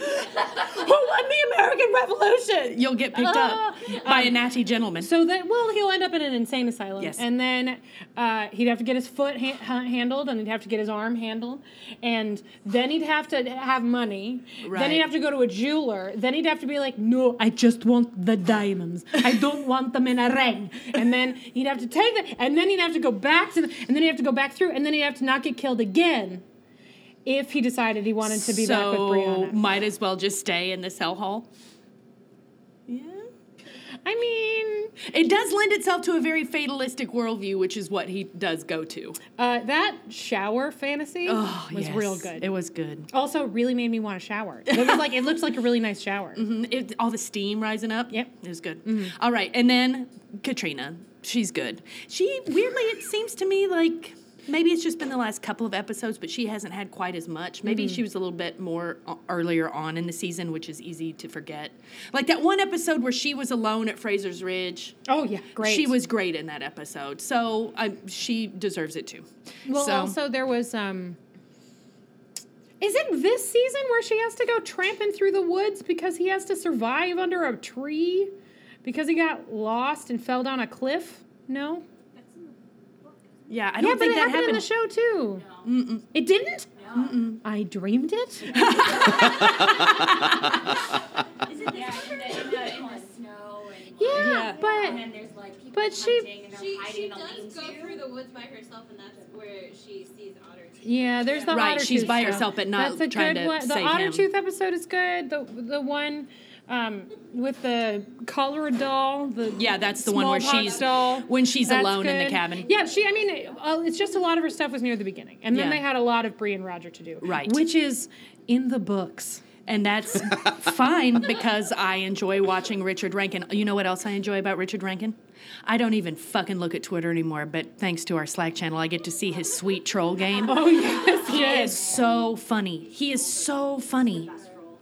A: Who won the American Revolution? Uh, um, You'll get picked
C: Ah.
A: up by a natty gentleman.
C: So that well, he'll end up in an insane asylum,
A: Yes.
C: and then uh, he'd have to get his foot ha- ha- handled, and he'd have to get his arm handled, and then he'd have to have money. Then
A: Right.
C: he'd have to go to a jeweler. Then he'd have to be like, "No, I just want the diamonds. I don't want them in a ring." And then he'd have to take them, and then he'd have to go back to, the, and then he'd have to go back through, and then he'd have to not get killed again. If he decided he wanted to be back with
A: So
C: Brianna,
A: might as well just stay in this hellhole.
C: I mean,
A: It does lend itself to a very fatalistic worldview, which is what he does go to.
C: uh, that shower fantasy was
A: Oh, yes.
C: real good.
A: It was good.
C: also really made me want to shower. It was like it looks like a really nice shower.
G: Mm-hmm.
A: It, all the steam rising up.
C: Yep. Mm-hmm.
A: it was good. All right, and then Katrina, she's good. She weirdly, it seems to me like maybe it's just been the last couple of episodes, but she hasn't had quite as much. Maybe
C: Mm-hmm.
A: she was a little bit more o- earlier on in the season, which is easy to forget. Like that one episode where she was alone at Fraser's Ridge.
C: Oh yeah, great.
A: She was great in that episode, so I, she deserves it too.
C: well.
A: So-
C: Also, there was um. Is it this season where she has to go tramping through the woods because he has to survive under a tree because he got lost and fell down a cliff? No.
A: yeah, I don't
C: yeah, but
A: think
C: it
A: that
C: happened,
A: happened.
C: in the show too. Mm-mm. It didn't. Mm-mm. I dreamed it.
G: Is it yeah, in the, in the, in the snow and like,
C: Yeah,
G: and
C: but
G: then there's like people
C: but she-
G: hunting and they're
H: She,
G: hiding
H: she
G: in the
H: does go
G: lean-to.
H: through the woods by herself, and that's where she sees Otter too.
C: yeah, there's the
A: Right,
C: otter
A: she's
C: tooth
A: by
C: stuff.
A: herself, but not
C: That's a
A: trying
C: good
A: to
C: one. The
A: save
C: otter
A: him.
C: tooth episode is good. The the one um, with the cholera doll. The
A: Yeah, that's the one where
C: smallpox
A: she's-
C: doll.
A: when she's
C: That's
A: alone in the
C: good.
A: cabin.
C: Yeah, she. I mean, uh, it's just a lot of her stuff was near the beginning, and then
A: Yeah.
C: they had a lot of Brie and Roger to do.
A: Right.
C: which is in the books.
A: And that's fine because I enjoy watching Richard Rankin. You know what else I enjoy about Richard Rankin? I don't even fucking look at Twitter anymore, but thanks to our Slack channel, I get to see his sweet troll game.
C: Oh yes,
A: He is so funny. He is so funny.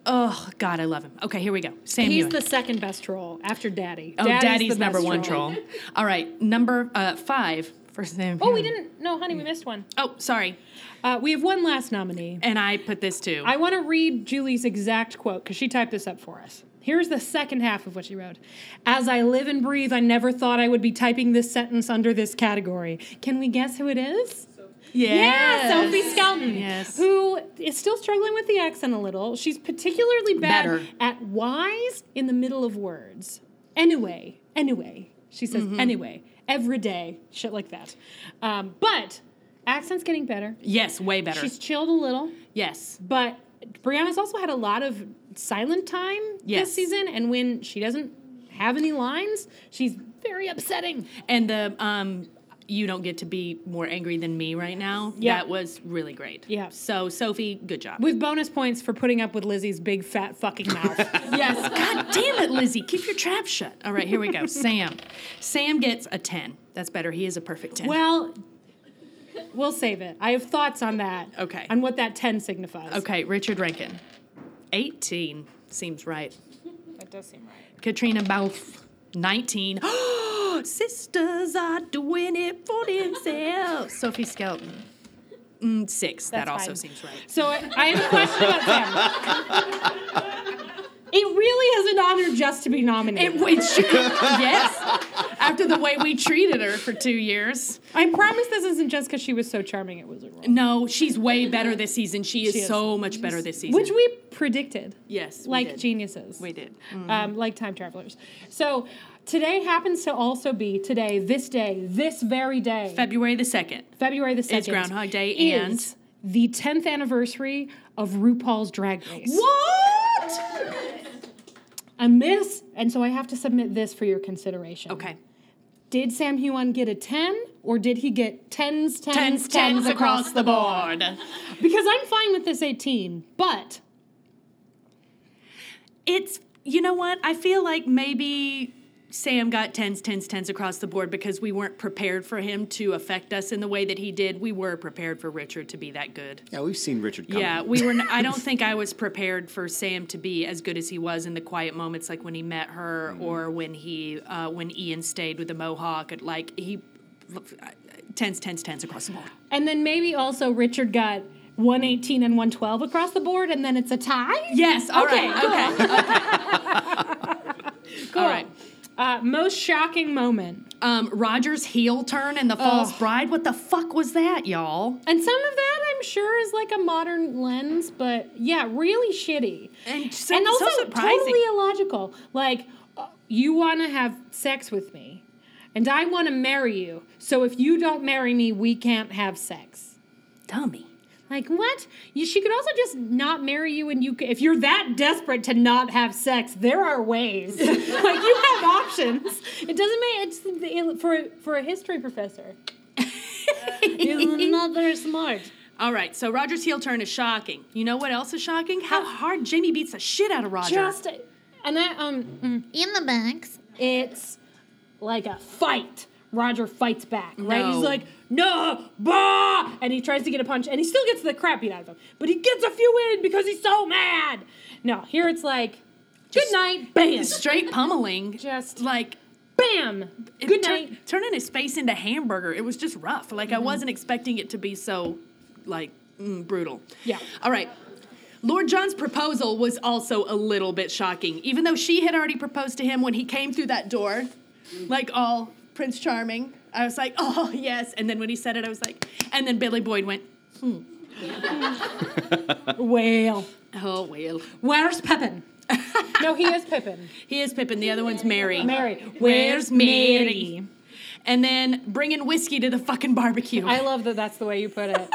A: Oh, God, I love him. Okay, here we go. Sam
C: He's
A: Ewan.
C: the second best troll after Daddy.
A: oh, Daddy's,
C: the best
A: number one troll. All right, number uh, five for Sam.
C: Oh, we
A: Ewan.
C: didn't. No, honey, we missed one.
A: Oh, sorry.
C: Uh, we have one last nominee.
A: And I put this too.
C: I want to read Julie's exact quote because she typed this up for us. Here's the second half of what she wrote. As I live and breathe, I never thought I would be typing this sentence under this category. Can we guess who it is?
A: Yes.
C: Yeah, Sophie Skelton,
A: Yes.
C: who is still struggling with the accent a little. She's particularly bad
A: Better.
C: at whys in the middle of words. Anyway, anyway, she says
A: Mm-hmm.
C: anyway every day, shit like that. Um, but accent's getting better.
A: Yes, way better.
C: She's chilled a little.
A: yes.
C: But Brianna's also had a lot of silent time this
A: Yes.
C: season, and when she doesn't have any lines, she's very upsetting.
A: And the um, you don't get to be more angry than me right now.
C: Yeah.
A: That was really great.
C: Yeah.
A: So Sophie, good job.
C: With bonus points for putting up with Lizzie's big fat fucking mouth. yes.
A: God damn it, Lizzie, keep your trap shut. All right, here we go. Sam. Sam gets a 10. That's better. He is a perfect 10.
C: Well, we'll save it. I have thoughts on that.
A: Okay.
C: On what that 10 signifies.
A: okay, Richard Rankin. 18 seems right.
C: That does seem right.
A: Katrina Balf. 19. Sisters are doing it for themselves. Sophie Skelton. Mm, six.
C: That's
A: that also
C: fine.
A: seems right.
C: So I, I have a question about Sam. It really is an honor just to be nominated.
A: It, it should, yes. After the way we treated her for two years.
C: I promise this isn't just because she was so charming at Wizard World.
A: No, she's way better this season. She is,
C: She is.
A: so much better this season.
C: which we predicted
A: yes, we
C: like
A: did.
C: geniuses
A: We did.
C: um, like time travelers so today happens to also be today this day this very day
A: February the second.
C: february the 2nd
A: Groundhog Day
C: is the 10th anniversary of rupaul's drag race
A: What?
C: i miss and so i have to submit this for your consideration
A: Okay.
C: did sam Hewan get a 10 Or did he get tens, tens,
A: Tens,
C: tens,
A: tens across the board.
C: Because I'm fine with this 18, but
A: It's, you know what? I feel like maybe Sam got tens, tens, tens across the board because we weren't prepared for him to affect us in the way that he did. We were prepared for Richard to be that good.
F: Yeah, we've seen Richard. Come.
A: Yeah, we were. n- I don't think I was prepared for Sam to be as good as he was in the quiet moments, like when he met her or when he uh, when Ian stayed with the Mohawk. It, Like he uh, tense, tense, tense across the board.
C: and then maybe also Richard got 118 and 112 across the board and then it's a tie?
A: Yes. All right. okay.
C: Cool. Oh.
A: All right.
C: Uh, most shocking moment.
A: Um, Roger's heel turn in the False
C: Ugh.
A: Bride. What the fuck was that, y'all?
C: And some of that I'm sure is like a modern lens, but yeah, really shitty.
A: And so-
C: and
A: so
C: also
A: surprising.
C: totally illogical. Like, uh, you want to have sex with me, and I want to marry you. So if you don't marry me, we can't have sex.
A: Dummy.
C: Like what? You, she could also just not marry you, and you. c- If you're that desperate to not have sex, there are ways. like you have options. It doesn't make it's the, ill- for a- for a history professor. You're not very smart.
A: All right, so Roger's heel turn is shocking. You know what else is shocking? How hard Jamie beats the shit out of Roger.
C: Just and I um in the box. It's like a fight. Roger fights back, right?
A: No.
C: He's like, no, bah! And he tries to get a punch, and he still gets the crap beat out of him. But he gets a few in because he's so mad. No, here it's like, good night, bam,
A: straight pummeling.
C: Just-
A: like
C: bam,
A: it
C: good
A: tur-
C: night. Mm-hmm.
A: turning his face into hamburger. It was just rough. Like I wasn't expecting it to be so like mm, brutal.
C: Yeah.
A: All right. Lord John's proposal was also a little bit shocking, even though she had already proposed to him when he came through that door, like all Prince Charming. I was like, oh yes. And then when he said it, I was like, and then Billy Boyd went,
C: Well,
A: oh well.
C: where's Pippin? no, he is Pippin.
A: He is Pippin. The other one's Mary.
C: Mary,
A: Where's Mary? And then bringing whiskey to the fucking barbecue.
C: I love that that's the way you put it.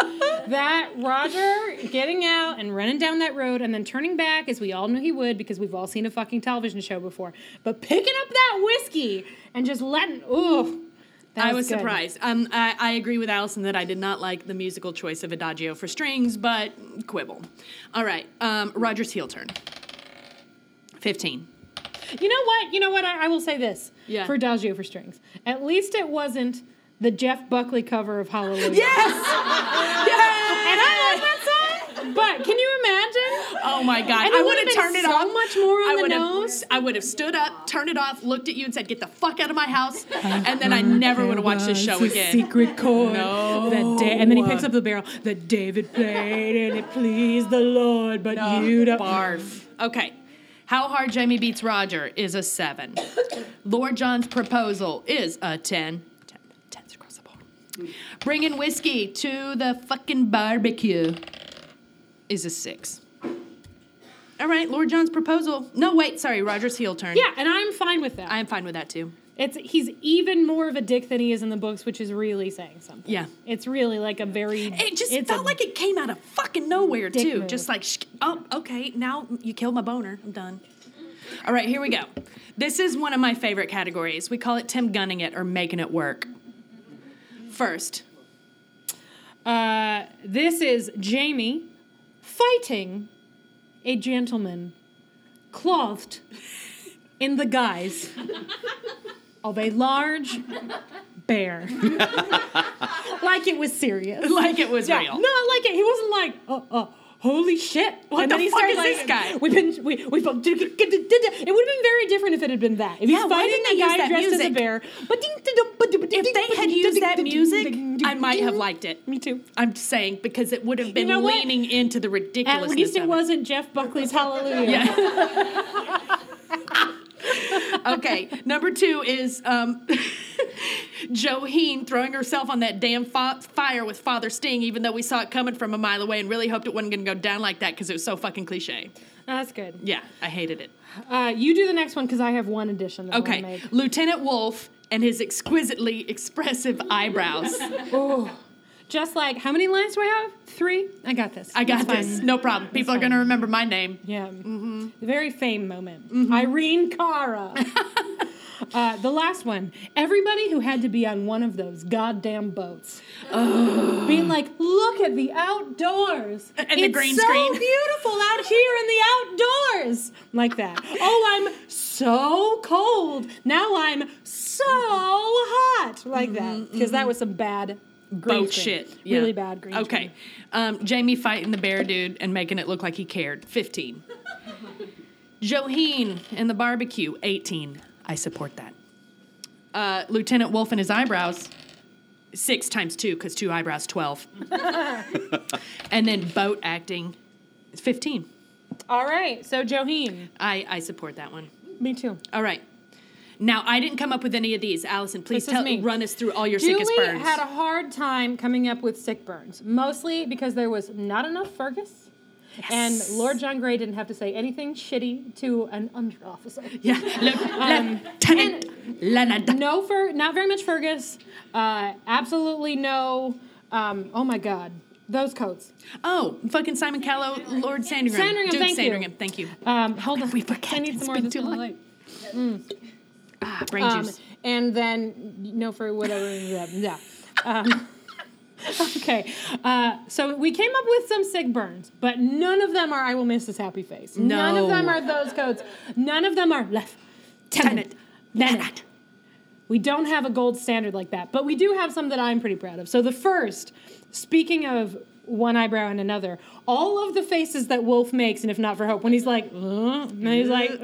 C: that Roger getting out and running down that road and then turning back, as we all knew he would because we've all seen a fucking television show before, but picking up that whiskey and just letting, ooh. that
A: I was
C: good.
A: surprised. Um, I, I agree with Allison that I did not like the musical choice of Adagio for strings, but quibble. All right, um, Roger's heel turn. 15.
C: You know what? You know what? I, I will say this
A: Yeah.
C: for Adagio for Strings. At least it wasn't the Jeff Buckley cover of Hallelujah. And I like that song, but can you imagine?
A: Oh my God.
C: And
A: I would
C: it would've
A: have
C: been
A: turned it
C: so
A: off.
C: much more on
A: I
C: the
A: would've-
C: nose.
A: I would have stood up, turned it off, looked at you, and said, Get the fuck out of my house. And then I never would have watched this show again.
C: secret chord that da- and then he picks up the barrel that David played and it pleased the Lord, but you don't.
A: Barf. Okay. How hard Jamie beats Roger is a seven. Lord John's proposal is a 10. 10. Tens across the board. Bringing whiskey to the fucking barbecue is a six. All right, Lord John's proposal. No, wait, sorry, Roger's heel turn.
C: Yeah, and I'm fine with that.
A: I'm fine with that too.
C: it's he's even more of a dick than he is in the books, which is really saying something.
A: Yeah.
C: It's really like a very.
A: It just
C: it's
A: felt
C: a-
A: like it came out of fucking nowhere
C: Dick
A: too.
C: move.
A: Just like, sh- oh, okay, now you killed my boner. I'm done. All right, here we go. This is one of my favorite categories. We call it Tim gunning it or making it work. First,
C: Uh, this is Jamie fighting a gentleman clothed in the guise of a large bear. like it was serious.
A: like it was
C: Yeah,
A: real.
C: Not like it. He wasn't like, oh, oh, holy shit. What
A: the fuck is this guy?
C: We've been, we, we've been, it would have been very different if it had been that. If
A: Yeah,
C: he's
A: why
C: fighting
A: didn't
C: a
A: they use
C: guy
A: that
C: dressed as a
A: music?
C: bear.
A: If
C: If
A: they had used that music, I might have liked it.
C: Me too.
A: I'm saying because it would have been
C: know what?
A: leaning into the
C: At
A: ridiculousness.
C: least
A: of
C: it wasn't Jeff Buckley's Hallelujah.
A: Yeah. okay. Number two is um, Joheen throwing herself on that damn fa- fire with Father Sting, even though we saw it coming from a mile away and really hoped it wasn't going to go down like that because it was so fucking cliche.
C: That's good.
A: Yeah, I hated it.
C: Uh, you do the next one because I have one addition that I
A: Okay.
C: want to make.
A: Lieutenant Wolf and his exquisitely expressive eyebrows.
C: Oh. Just like, how many lines do I have? Three? I got this.
A: I got
C: It's fine.
A: this. No problem. People are going to remember my name. Mm-hmm.
C: Yeah. The very fame moment. Irene Cara. Uh, the last one. Everybody who had to be on one of those goddamn boats, being like, "Look at the outdoors!
A: And the
C: it's
A: green
C: so
A: screen."
C: beautiful out here in the outdoors!" Like that. Oh, I'm so cold. Now I'm so hot. Like that. Because that was some bad green
A: Mm-hmm, boat
C: screen.
A: Oh, shit.
C: Really
A: Yeah.
C: bad green.
A: Okay.
C: screen.
A: Um, Jamie fighting the bear dude and making it look like he cared. 15. Joheen and the barbecue. 18. I support that. Uh, Lieutenant Wolf and his eyebrows. Six times two, because two eyebrows, 12. and then boat acting. It's 15.
C: All right. So Joheen.
A: I, I support that one.
C: Me too.
A: All right. Now, I didn't come up with any of these. Allison, please
C: This is
A: tell,
C: me.
A: run us through all your
C: Julie
A: sickest burns.
C: had a hard time coming up with sick burns, mostly because there was not enough Fergus. And Lord John Gray didn't have to say anything shitty to an under officer. Um,
A: yeah. Le- Lieutenant Leonard.
C: No, Fer- not very much Fergus. Uh, absolutely no. Um, oh my God, those coats.
A: Oh, fucking Simon Callow, Lord Sandringham.
C: Sandringham,
A: Duke
C: thank you.
A: Sandringham, thank you.
C: Um, hold on,
A: we forget?
C: I need
A: It's
C: some more
A: been
C: of
A: too
C: this Miller
A: long.
C: Lite.
A: Ah, brain
C: Um,
A: juice.
C: and then no for whatever. yeah. yeah. Um, okay. Uh, so we came up with some sick burns, but none of them are I will miss this happy face. None of them
A: No.
C: are those codes. None of them are left.
A: Tenet.
C: Tenet. We don't have a gold standard like that, but we do have some that I'm pretty proud of. So the first, speaking of one eyebrow and another, all of the faces that Wolf makes, and if not for Hope, when he's like, "Uh," and he's like, uh,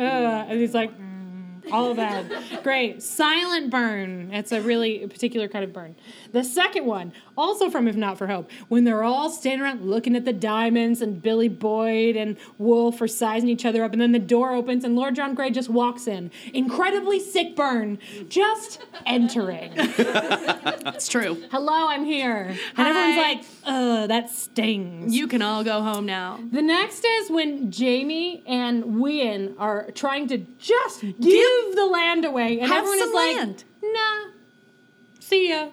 C: and he's like, mm, all of that. Great. Silent burn. It's a really particular kind of burn. The second one, also from If Not for Hope, when they're all standing around looking at the diamonds and Billy Boyd and Wolf are sizing each other up, and then the door opens and Lord John Gray just walks in. Incredibly sick burn, just entering.
A: It's true.
C: Hello, I'm here. And everyone's
A: Hi.
C: like, ugh, that stings.
A: You can all go home now.
C: The next is when Jamie and Wien are trying to just give, the land away, and
A: Have
C: everyone
A: some
C: is
A: land.
C: like, "Nah, see ya,"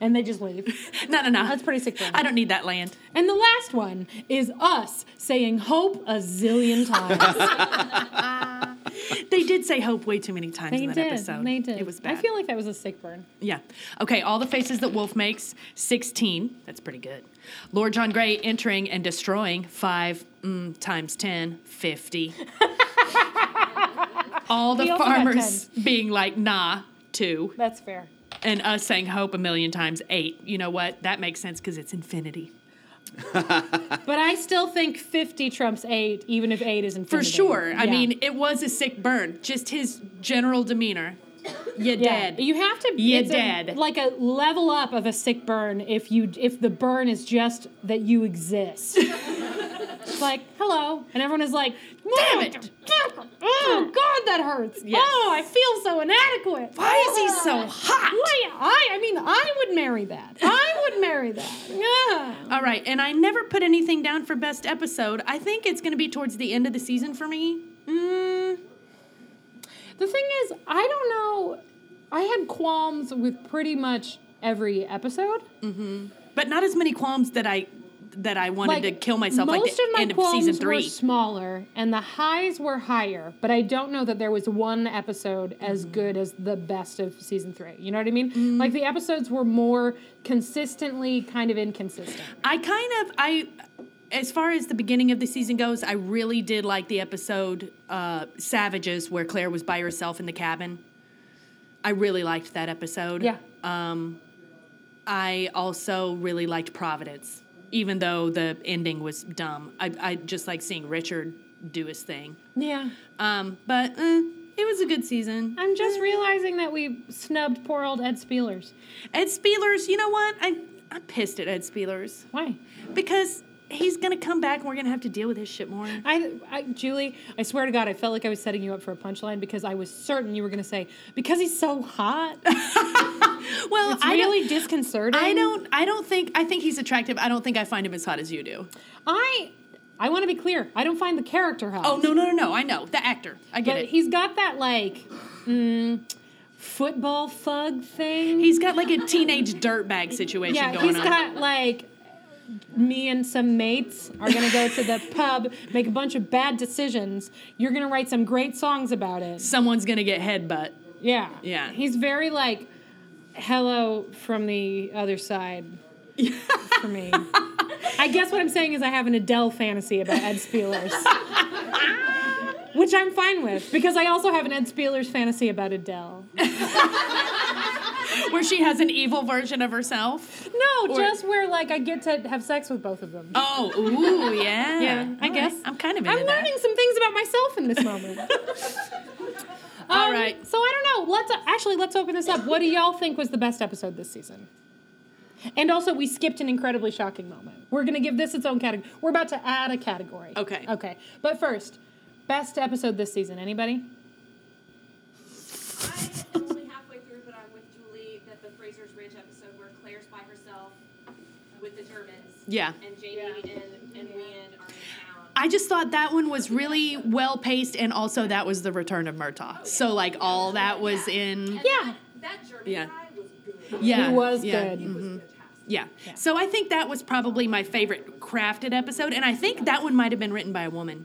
C: and they just leave.
A: No, no, no.
C: That's pretty sick burn.
A: I don't need that land.
C: And the last one is us saying "hope" a zillion times.
A: They did say hope way too many times
C: they
A: in that
C: did.
A: episode.
C: They did.
A: It was bad.
C: I feel like that was a sick burn.
A: Yeah. Okay, all the faces that Wolf makes, 16. That's pretty good. Lord John Gray entering and destroying, 5 mm, times 10, 50. all the
C: He also got
A: farmers being like, nah, 2.
C: That's fair.
A: And us saying hope a million times, 8. You know what? That makes sense because it's infinity.
C: But I still think fifty trumps eight, even if eight is
A: For
C: infinity.
A: sure. I
C: Yeah.
A: mean, it was a sick burn. Just his general demeanor. You're
C: Yeah.
A: dead.
C: You have to.
A: You
C: it's a-
A: dead.
C: like a level up of a sick burn if you if the burn is just that you exist. it's like hello, and everyone is like,
A: Damn
C: "Whoa,
A: it."
C: Oh God, that hurts!
A: Yes.
C: Oh, I feel so inadequate. Oh.
A: Why is he so hot?
C: Why- I I mean, I would marry that. I would marry that. Yeah.
A: All right, and I never put anything down for best episode. I think it's going to be towards the end of the season for me. Mm,
C: The thing is, I don't know. I had qualms with pretty much every episode.
A: but not as many qualms that I that I wanted to kill myself
C: most
A: like the
C: of my
A: end of
C: qualms
A: season
C: were
A: three.
C: smaller and the highs were higher but i don't know that there was one episode as
A: Mm-hmm.
C: good as the best of season three you know what i mean like the episodes were more consistently kind of inconsistent
A: I kind of I as far as the beginning of the season goes, I really did like the episode uh, "Savages" where Claire was by herself in the cabin. I really liked that episode.
C: yeah
A: Um, I also really liked Providence, even though the ending was dumb. I, I just like seeing Richard do his thing.
C: yeah
A: Um, but eh, it was a good season.
C: i'm just realizing that we snubbed poor old ed spielers
A: Ed Spielers, you know what? I I'm pissed at Ed Spielers
C: why
A: because he's gonna come back and we're gonna have to deal with his shit more.
C: I, I, Julie, I swear to God, I felt like I was setting you up for a punchline because I was certain you were going to say because he's so hot.
A: Well,
C: It's
A: I
C: really
A: don't,
C: disconcerting.
A: I don't. I don't think. I think he's attractive. I don't think I find him as hot as you do.
C: I I want to be clear. I don't find the character hot.
A: Oh no no no no! I know the actor. I get
C: but
A: it.
C: he's got that like mm, football thug thing.
A: he's got like a teenage dirtbag situation
C: yeah,
A: going
C: he's
A: on.
C: got like me and some mates are gonna go to the pub, make a bunch of bad decisions. You're gonna write some great songs about it.
A: Someone's gonna get headbutt.
C: Yeah.
A: Yeah.
C: He's very like, hello from the other side for me. I guess what I'm saying is I have an Adele fantasy about Ed Spielers. Which I'm fine with because I also have an Ed Spielers fantasy about Adele.
A: Where she has an evil version of herself.
C: No,
A: Or-
C: just where like I get to have sex with both of them.
A: Oh, ooh, yeah.
C: Yeah, I
A: All right.
C: guess.
A: I'm kind of into
C: I'm
A: that.
C: learning some things about myself in this moment.
A: All
C: Um,
A: right.
C: So I don't know. Let's uh, actually let's open this up. What do y'all think was the best episode this season? And also, we skipped an incredibly shocking moment. We're gonna give this its own category. We're about to add a category.
A: Okay.
C: Okay. But first, best episode this season. Anybody?
H: I'm only halfway through, but I'm with Julie that the Fraser's Ridge episode where Claire's by herself with the turbans.
A: Yeah.
H: And Jamie and, and Leanne are in town.
A: I just thought that one was really well paced, and also that was the return of Murtaugh. So like all that was in.
C: Yeah.
H: That German
A: Yeah.
H: guy was good.
A: Yeah,
C: He was
A: yeah,
C: good.
A: mhm,
H: Fantastic.
A: Yeah. So I think that was probably my favorite crafted episode, and I think that one might have been written by a woman.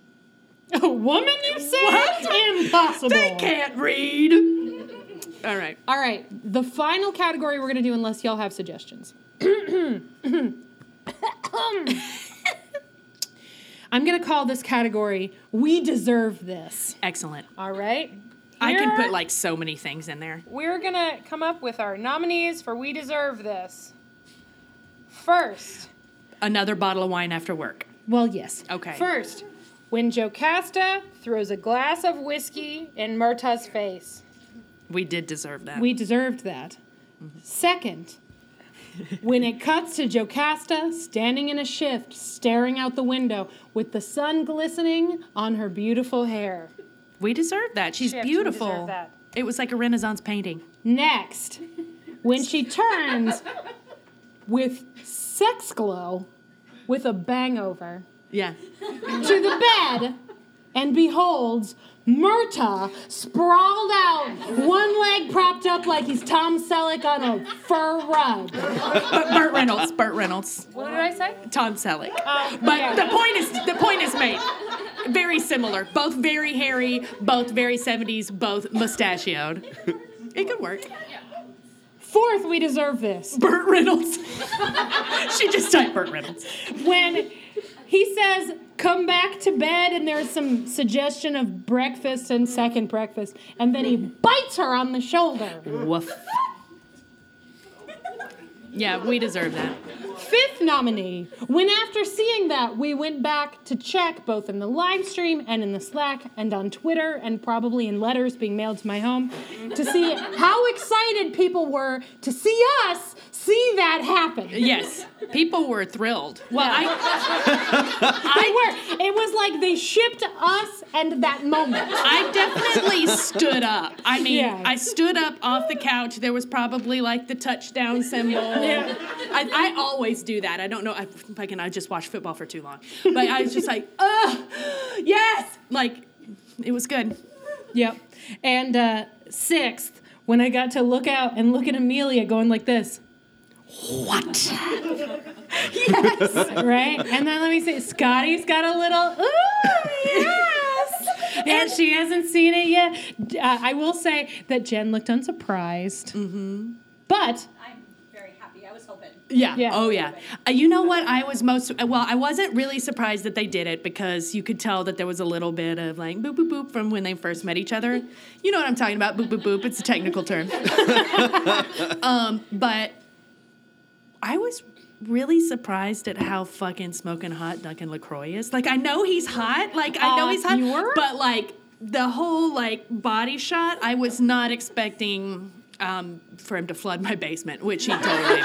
C: A woman, you said? Impossible.
A: They can't read. All right.
C: All right. The final category we're gonna do, unless y'all have suggestions. I'm gonna call this category "We Deserve This."
A: Excellent.
C: All right.
A: I can
C: Here-
A: put like so many things in there.
C: We're gonna come up with our nominees for We Deserve This. First.
A: Another bottle of wine after work.
C: Well, yes.
A: Okay.
C: First, when Jocasta throws a glass of whiskey in Murtaugh's face.
A: We did deserve that.
C: We deserved that. Second, when it cuts to Jocasta standing in a shift, staring out the window with the sun glistening on her beautiful hair.
A: we deserve that. She's
C: Shit, we deserve
A: beautiful.
C: that.
A: It was like a Renaissance painting.
C: Next, when she turns with sex glow with a bang over
A: Yeah.
C: to the bed and beholds Murta sprawled out, one leg propped up like he's Tom Selleck on a fur rug.
A: But Burt Reynolds. Burt Reynolds.
C: What did I say?
A: Tom Selleck.
C: but
A: But the point is the point is made. Very similar. Both very hairy, both very 70s, both mustachioed. It could work.
C: fourth, we deserve this.
A: Burt Reynolds. she just typed Burt Reynolds.
C: When he says, "Come back to bed," and there's some suggestion of breakfast and second breakfast, and then he bites her on the shoulder.
A: Woof. Yeah, we deserve that.
C: Fifth nominee. When after seeing that, we went back to check both in the live stream and in the Slack and on Twitter and probably in letters being mailed to my home to see how excited people were to see us see that happen.
A: Yes, people were thrilled. Well,
C: I were. It was like they shipped us and that moment.
A: I, I definitely stood up. I mean,
C: Yeah.
A: I stood up off the couch. There was probably like the touchdown symbol.
C: Yeah.
A: I, I always do that. I don't know. I, I can. I just watch football for too long. But I was just like, ugh, yes. Like, it was good.
C: Yep. And uh, sixth, when I got to look out and look at Amelia going like this.
A: What?
C: Yes. right? And then let me see. Scotty's got a little, ooh, yes. and, she hasn't seen it yet. D- Uh, I will say that Jen looked unsurprised. Mm-hmm. But
E: I'm very happy. I was hoping.
A: Yeah.
C: Yeah.
A: Oh, yeah. Uh, you know what? I was most uh, well. I wasn't really surprised that they did it because you could tell that there was a little bit of like boop boop boop from when they first met each other. You know what I'm talking about? Boop boop boop. It's a technical term. um, but I was really surprised at how fucking smoking hot Duncan Lacroix is. Like I know he's hot. Like I know
C: Uh,
A: he's hot.
C: you were?
A: But like the whole like body shot, I was not expecting. Um, for him to flood my basement, which he totally did.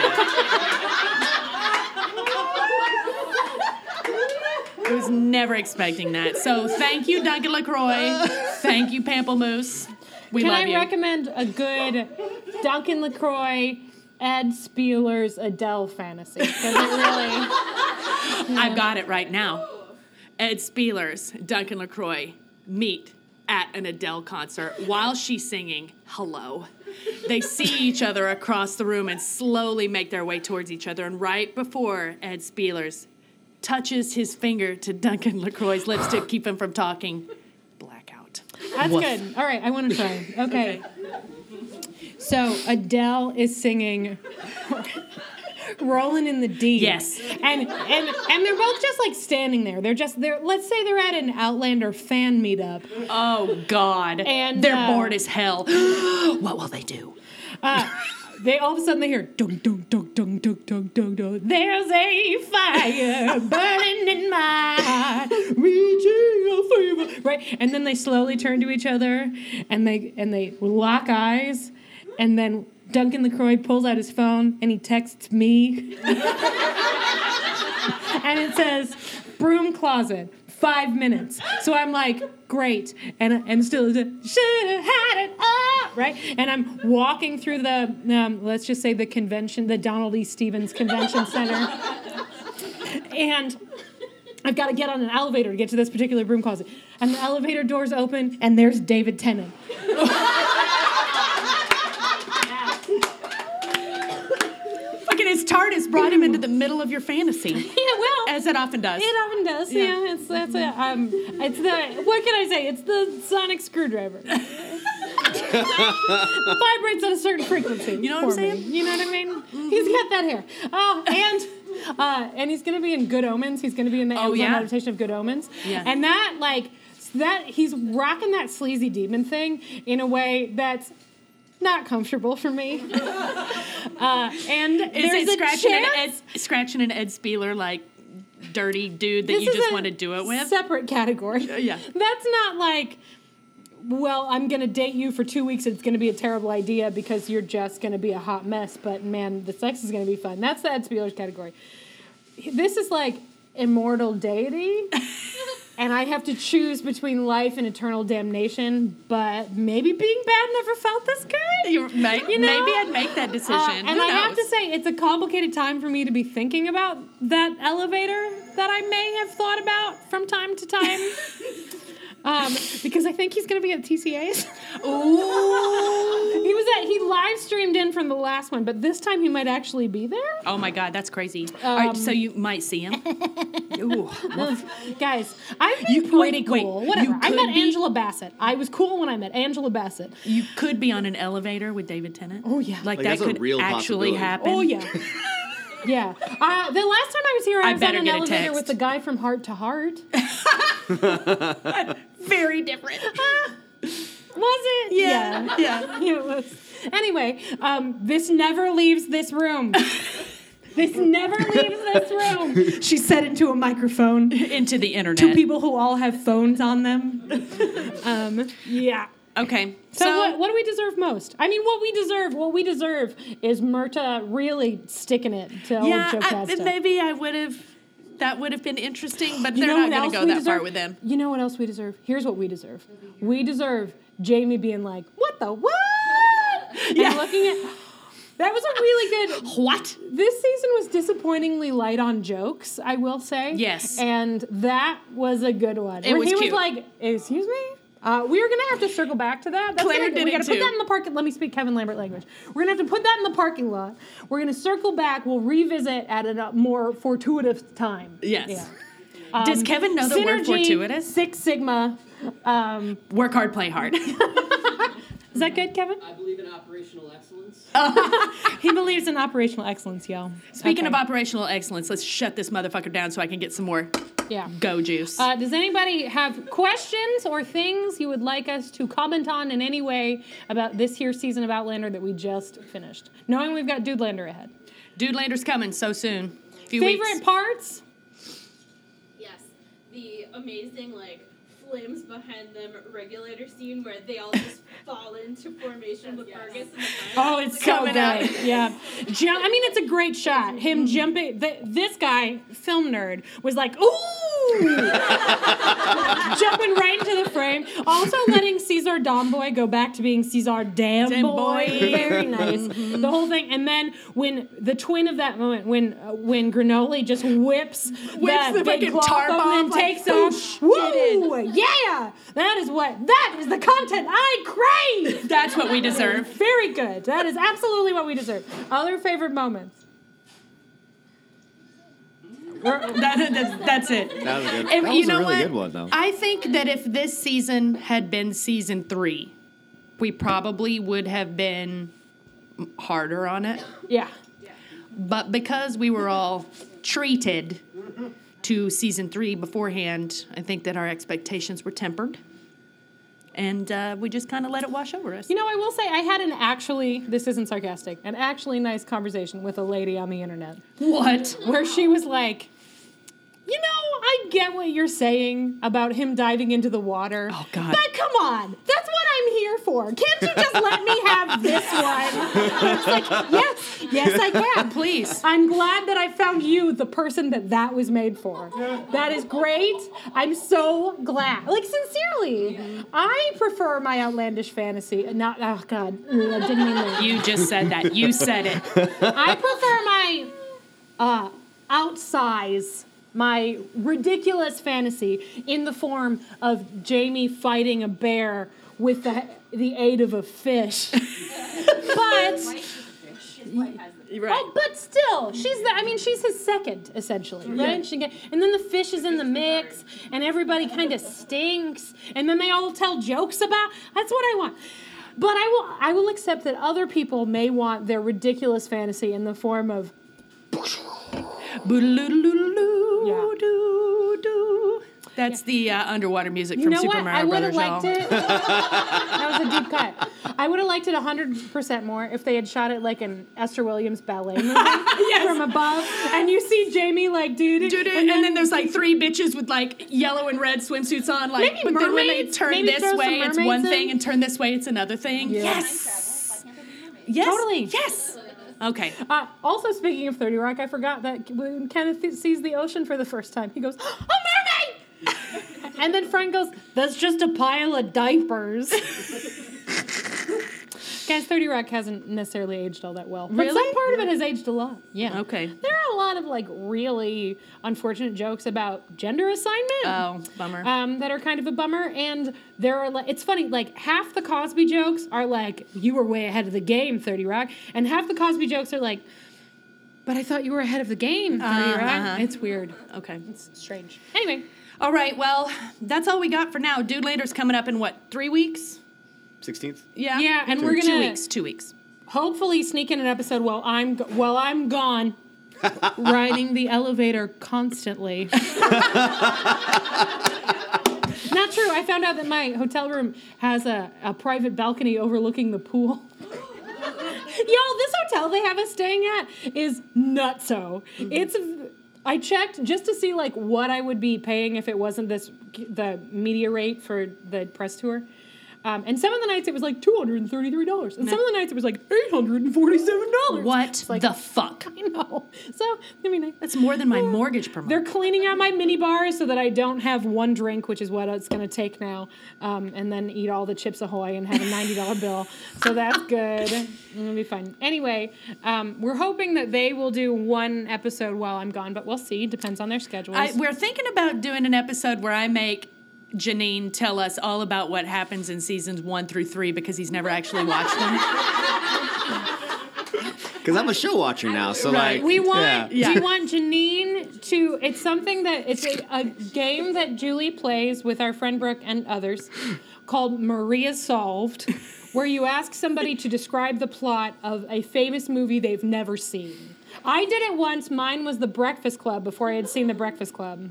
A: I was never expecting that. So thank you, Duncan LaCroix. Thank you, Pamplemousse. We
C: can
A: love
C: I
A: you.
C: recommend a good Duncan LaCroix, Ed Spielers, Adele fantasy? 'Cause it really.
A: I've got it right now. Ed Spielers, Duncan LaCroix meet at an Adele concert while she's singing Hello. They see each other across the room and slowly make their way towards each other. And right before Ed Spielers touches his finger to Duncan LaCroix's lips to keep him from talking, blackout.
C: That's
A: Woof.
C: good. All right, I want to try. Okay. So Adele is singing Rolling in the Deep.
A: Yes.
C: And and and they're both just like standing there. They're just they're let's say they're at an Outlander fan meetup.
A: Oh God!
C: And,
A: they're
C: uh,
A: bored as hell. what will they do?
C: Uh, they all of a sudden they hear dunk dunk dunk dunk dunk dunk dunk dunk. There's a fire burning in my heart, reaching a fever. Right, and then they slowly turn to each other, and they and they lock eyes, and then Duncan Lacroix pulls out his phone and he texts me, and it says, "Broom closet." Five minutes. So I'm like, great. And and still, should have had it all right? And I'm walking through the, um, let's just say the convention, the Donald E. Stevens Convention Center. And I've got to get on an elevator to get to this particular broom closet. And the elevator doors open, and there's David Tennant.
A: Fucking his TARDIS brought him into the middle of your fantasy,
C: Yeah, well,
A: as it often does.
C: it often does. Yeah, it's that's a,
A: Mm-hmm.
C: um, it's the what can I say? It's the sonic screwdriver. Vibrates at a certain frequency. You
A: know what I'm saying? Mm-hmm.
C: You know what I mean? He's got that hair. Oh, and uh, and he's gonna be in Good Omens. He's gonna be in the Amazon
A: Oh, yeah.
C: adaptation of Good Omens.
A: Yeah.
C: And that like that he's rocking that sleazy demon thing in a way that's not comfortable for me. uh, and
A: Is
C: there's
A: it scratching
C: a
A: an,
C: chance-
A: Ed, scratching an Ed Spieler like dirty dude that
C: This
A: you
C: is
A: just
C: a
A: want to do it with? Uh,
C: Separate category.
A: yeah.
C: That's not like, well, I'm going to date you for two weeks. It's going to be a terrible idea because you're just going to be a hot mess. But man, the sex is going to be fun. That's the Ed Spielers category. This is like immortal deity. And I have to choose between life and eternal damnation, but maybe being bad never felt this good.
A: You may-
C: You know?
A: maybe I'd make that decision.
C: Uh,
A: Who
C: and I have
A: knows?
C: to say, it's a complicated time for me to be thinking about that elevator that I may have thought about from time to time. um, because I think he's going to be at TCA's.
A: Ooh.
C: he was at, he live streamed in from the last one, but this time he might actually be there.
A: Oh my God, that's crazy. All right,
C: Um,
A: so you might see him. Ooh.
C: Guys, I've been
A: You-
C: pretty
A: wait, wait,
C: cool.
A: you
C: Whatever. I
A: could
C: met
A: be-
C: Angela Bassett. I was cool when I met Angela Bassett.
A: You could be on an elevator with David Tennant. Oh
C: yeah.
A: like,
F: Like,
A: that
F: that's a
A: could
F: real
A: actually
F: possibility.
A: happen.
C: Oh yeah. Yeah. Uh, the last time I was here, I,
A: I
C: was on
A: better
C: an
A: get a
C: elevator
A: text.
C: with the guy from Heart to Heart.
A: very different.
C: Was it?
A: Yeah,
C: Yeah. Yeah, it was. Anyway, um, this never leaves this room. this never leaves this room. She said it to a microphone to
A: Into the internet.
C: people who all have phones on them. Um, yeah.
A: Okay,
C: So,
A: so,
C: what, what do we deserve most? I mean, what we deserve, what we deserve is Myrta really sticking it to
A: yeah,
C: old Joe
A: I,
C: Costa.
A: maybe I would have. That would have been interesting, but
C: You
A: they're
C: know
A: not
C: what
A: going
C: else
A: to go
C: we
A: that
C: deserve?
A: far with them.
C: You know what else we deserve? Here's what we deserve. We deserve Jamie being like, "What the what?"
A: Yeah.
C: And looking at that was a really good.
A: What?
C: This season was disappointingly light on jokes, I will say.
A: Yes.
C: And that was a good one.
A: It
C: Where
A: was
C: he
A: cute.
C: was like, "Excuse me." Uh, we are gonna have to circle back to that. That's
A: Claire
C: gonna,
A: did
C: we
A: it
C: gotta
A: too.
C: put that in the parking. Let me speak Kevin Lambert language. We're gonna have to put that in the parking lot. We're gonna circle back. We'll revisit at a more fortuitous time.
A: Yes.
C: Yeah. Um,
A: Does Kevin know the word
C: Synergy,
A: fortuitous?
C: Six Sigma. Um,
A: Work hard, play hard.
C: is that good, Kevin?
I: I believe in operational excellence.
C: He believes in operational excellence, y'all.
A: Speaking
C: Okay.
A: of operational excellence, let's shut this motherfucker down so I can get some more
C: yeah.
A: go juice.
C: Uh, does anybody have questions or things you would like us to comment on in any way about this here season of Outlander that we just finished? Knowing we've got Dudelander ahead.
A: Dude Lander's coming so soon. Few
C: Favorite
A: weeks.
C: parts?
H: Yes, the amazing like flames behind them regulator scene where they all just fall into formation with Fergus and the
C: Oh, it's so
A: Coming
C: good.
A: up.
C: Yeah. Jump, I mean, it's a great shot. Him jumping. Th- this guy, film nerd, was like, ooh! Jumping right into the frame. Also letting Caesar Domboy go back to being Caesar Damboy.
A: Damboy.
C: Very nice. The whole thing. And then when the twin of that moment, when uh, when Granoli just whips, that
A: the
C: big
A: fucking
C: cloth
A: tarp
C: up and
A: off,
C: then
A: like,
C: takes off. Woo! Yeah! That is what, that is the content I crave!
A: That's what we deserve.
C: Very good. That is absolutely what we deserve. Other favorite moments.
A: That- that's, that's it.
B: That was, a good.
A: And
B: that
A: you
B: was
A: know
B: a really
A: what?
B: good one, though.
A: I think that if this season had been season three, we probably would have been harder on it.
C: Yeah.
A: But because we were all treated to season three beforehand, I think that our expectations were tempered. And uh, we just kind of let it wash over us.
C: You know, I will say I had an actually, this isn't sarcastic, an actually nice conversation with a lady on the internet
A: what?
C: where she was like, you know, I get what you're saying about him diving into the water.
A: Oh, God.
C: But come on, that's what I'm here for. Can't you just let me have this one? It's like, yes, yes, I can.
A: Please.
C: I'm glad that I found you the person that that was made for. That is great. I'm so glad. Like sincerely, I prefer my outlandish fantasy. Not oh god, Ugh, I didn't mean that.
A: You just said that. You said it.
C: I prefer my uh, outsize, my ridiculous fantasy in the form of Jamie fighting a bear with the the aid of a fish. but. Oh, but still, she's the. I mean, she's his second essentially, right? She get, and then the fish is in the mix, and everybody kind of stinks, and then they all tell jokes about. That's what I want. But I will. I will accept that other people may want their ridiculous fantasy in the form of.
A: Boodaloo doo doo. That's the uh, underwater music
C: You
A: from
C: know
A: Super
C: what? I
A: Mario
C: would have
A: Brothers.
C: liked
A: y'all.
C: it. that was a deep cut. I would have liked it hundred percent more if they had shot it like an Esther Williams ballet movie from above, and you see Jamie like dude,
A: Dude, and, then, there's like three bitches with like yellow and red swimsuits on. Like,
C: Maybe
A: but then when they
C: mermaids?
A: turn
C: Maybe
A: this
C: throw some
A: way, it's
C: mermaids
A: one
C: in?
A: thing, and turn this way, it's another thing. Yes. Yes.
C: Totally.
A: Yes. Okay.
C: Uh, also, speaking of 30 Rock, I forgot that when Kenneth sees the ocean for the first time, he goes, A mermaid! and then Frank goes, That's just a pile of diapers. Guys, 30 Rock hasn't necessarily aged all that well. But some
A: Really?
C: part of it has aged a lot. Yeah.
A: Okay.
C: There are a lot of like really unfortunate jokes about gender assignment
A: Oh, bummer.
C: um, that are kind of a bummer. And there are like, it's funny, like half the Cosby jokes are like, you were way ahead of the game, 30 Rock. And half the Cosby jokes are like, but I thought you were ahead of the game, 30
A: Uh-huh.
C: Rock. It's weird.
A: okay.
C: It's strange. Anyway,
A: All right. Well, that's all we got for now. Dude Later's coming up in what, three weeks?
B: Sixteenth.
A: Yeah.
C: Yeah, and
A: Two-
C: we're
A: Two
C: gonna-
A: weeks. Two weeks.
C: hopefully sneak in an episode while I'm, go- while I'm gone. riding the elevator constantly. Not true. I found out that my hotel room has a, a private balcony overlooking the pool. Y'all, this hotel they have us staying at is nutso. It's I checked just to see like what I would be paying if it wasn't this the media rate for the press tour. Um, and some of the nights it was like two hundred and thirty-three dollars, and some of the nights it was like eight hundred and forty-seven dollars.
A: What
C: like-
A: the fuck?
C: I know. So I mean, I-
A: That's more than my mortgage per month.
C: they're cleaning out my mini bar so that I don't have one drink, which is what it's going to take now, um, and then eat all the Chips Ahoy and have a ninety dollar bill. So that's good. It'll be fun. Anyway, um, we're hoping that they will do one episode while I'm gone, but we'll see. Depends on their schedules.
A: I, we're thinking about doing an episode where I make Janine tell us all about what happens in seasons one through three because he's never actually watched them.
B: Because I'm a show watcher now, so
A: Right.
B: like
C: we want
B: yeah.
C: we want Janine to. It's something that it's a, a game that Julie plays with our friend Brooke and others called Maria Solved, where you ask somebody to describe the plot of a famous movie they've never seen. I did it once. Mine was The Breakfast Club before I had seen The Breakfast Club.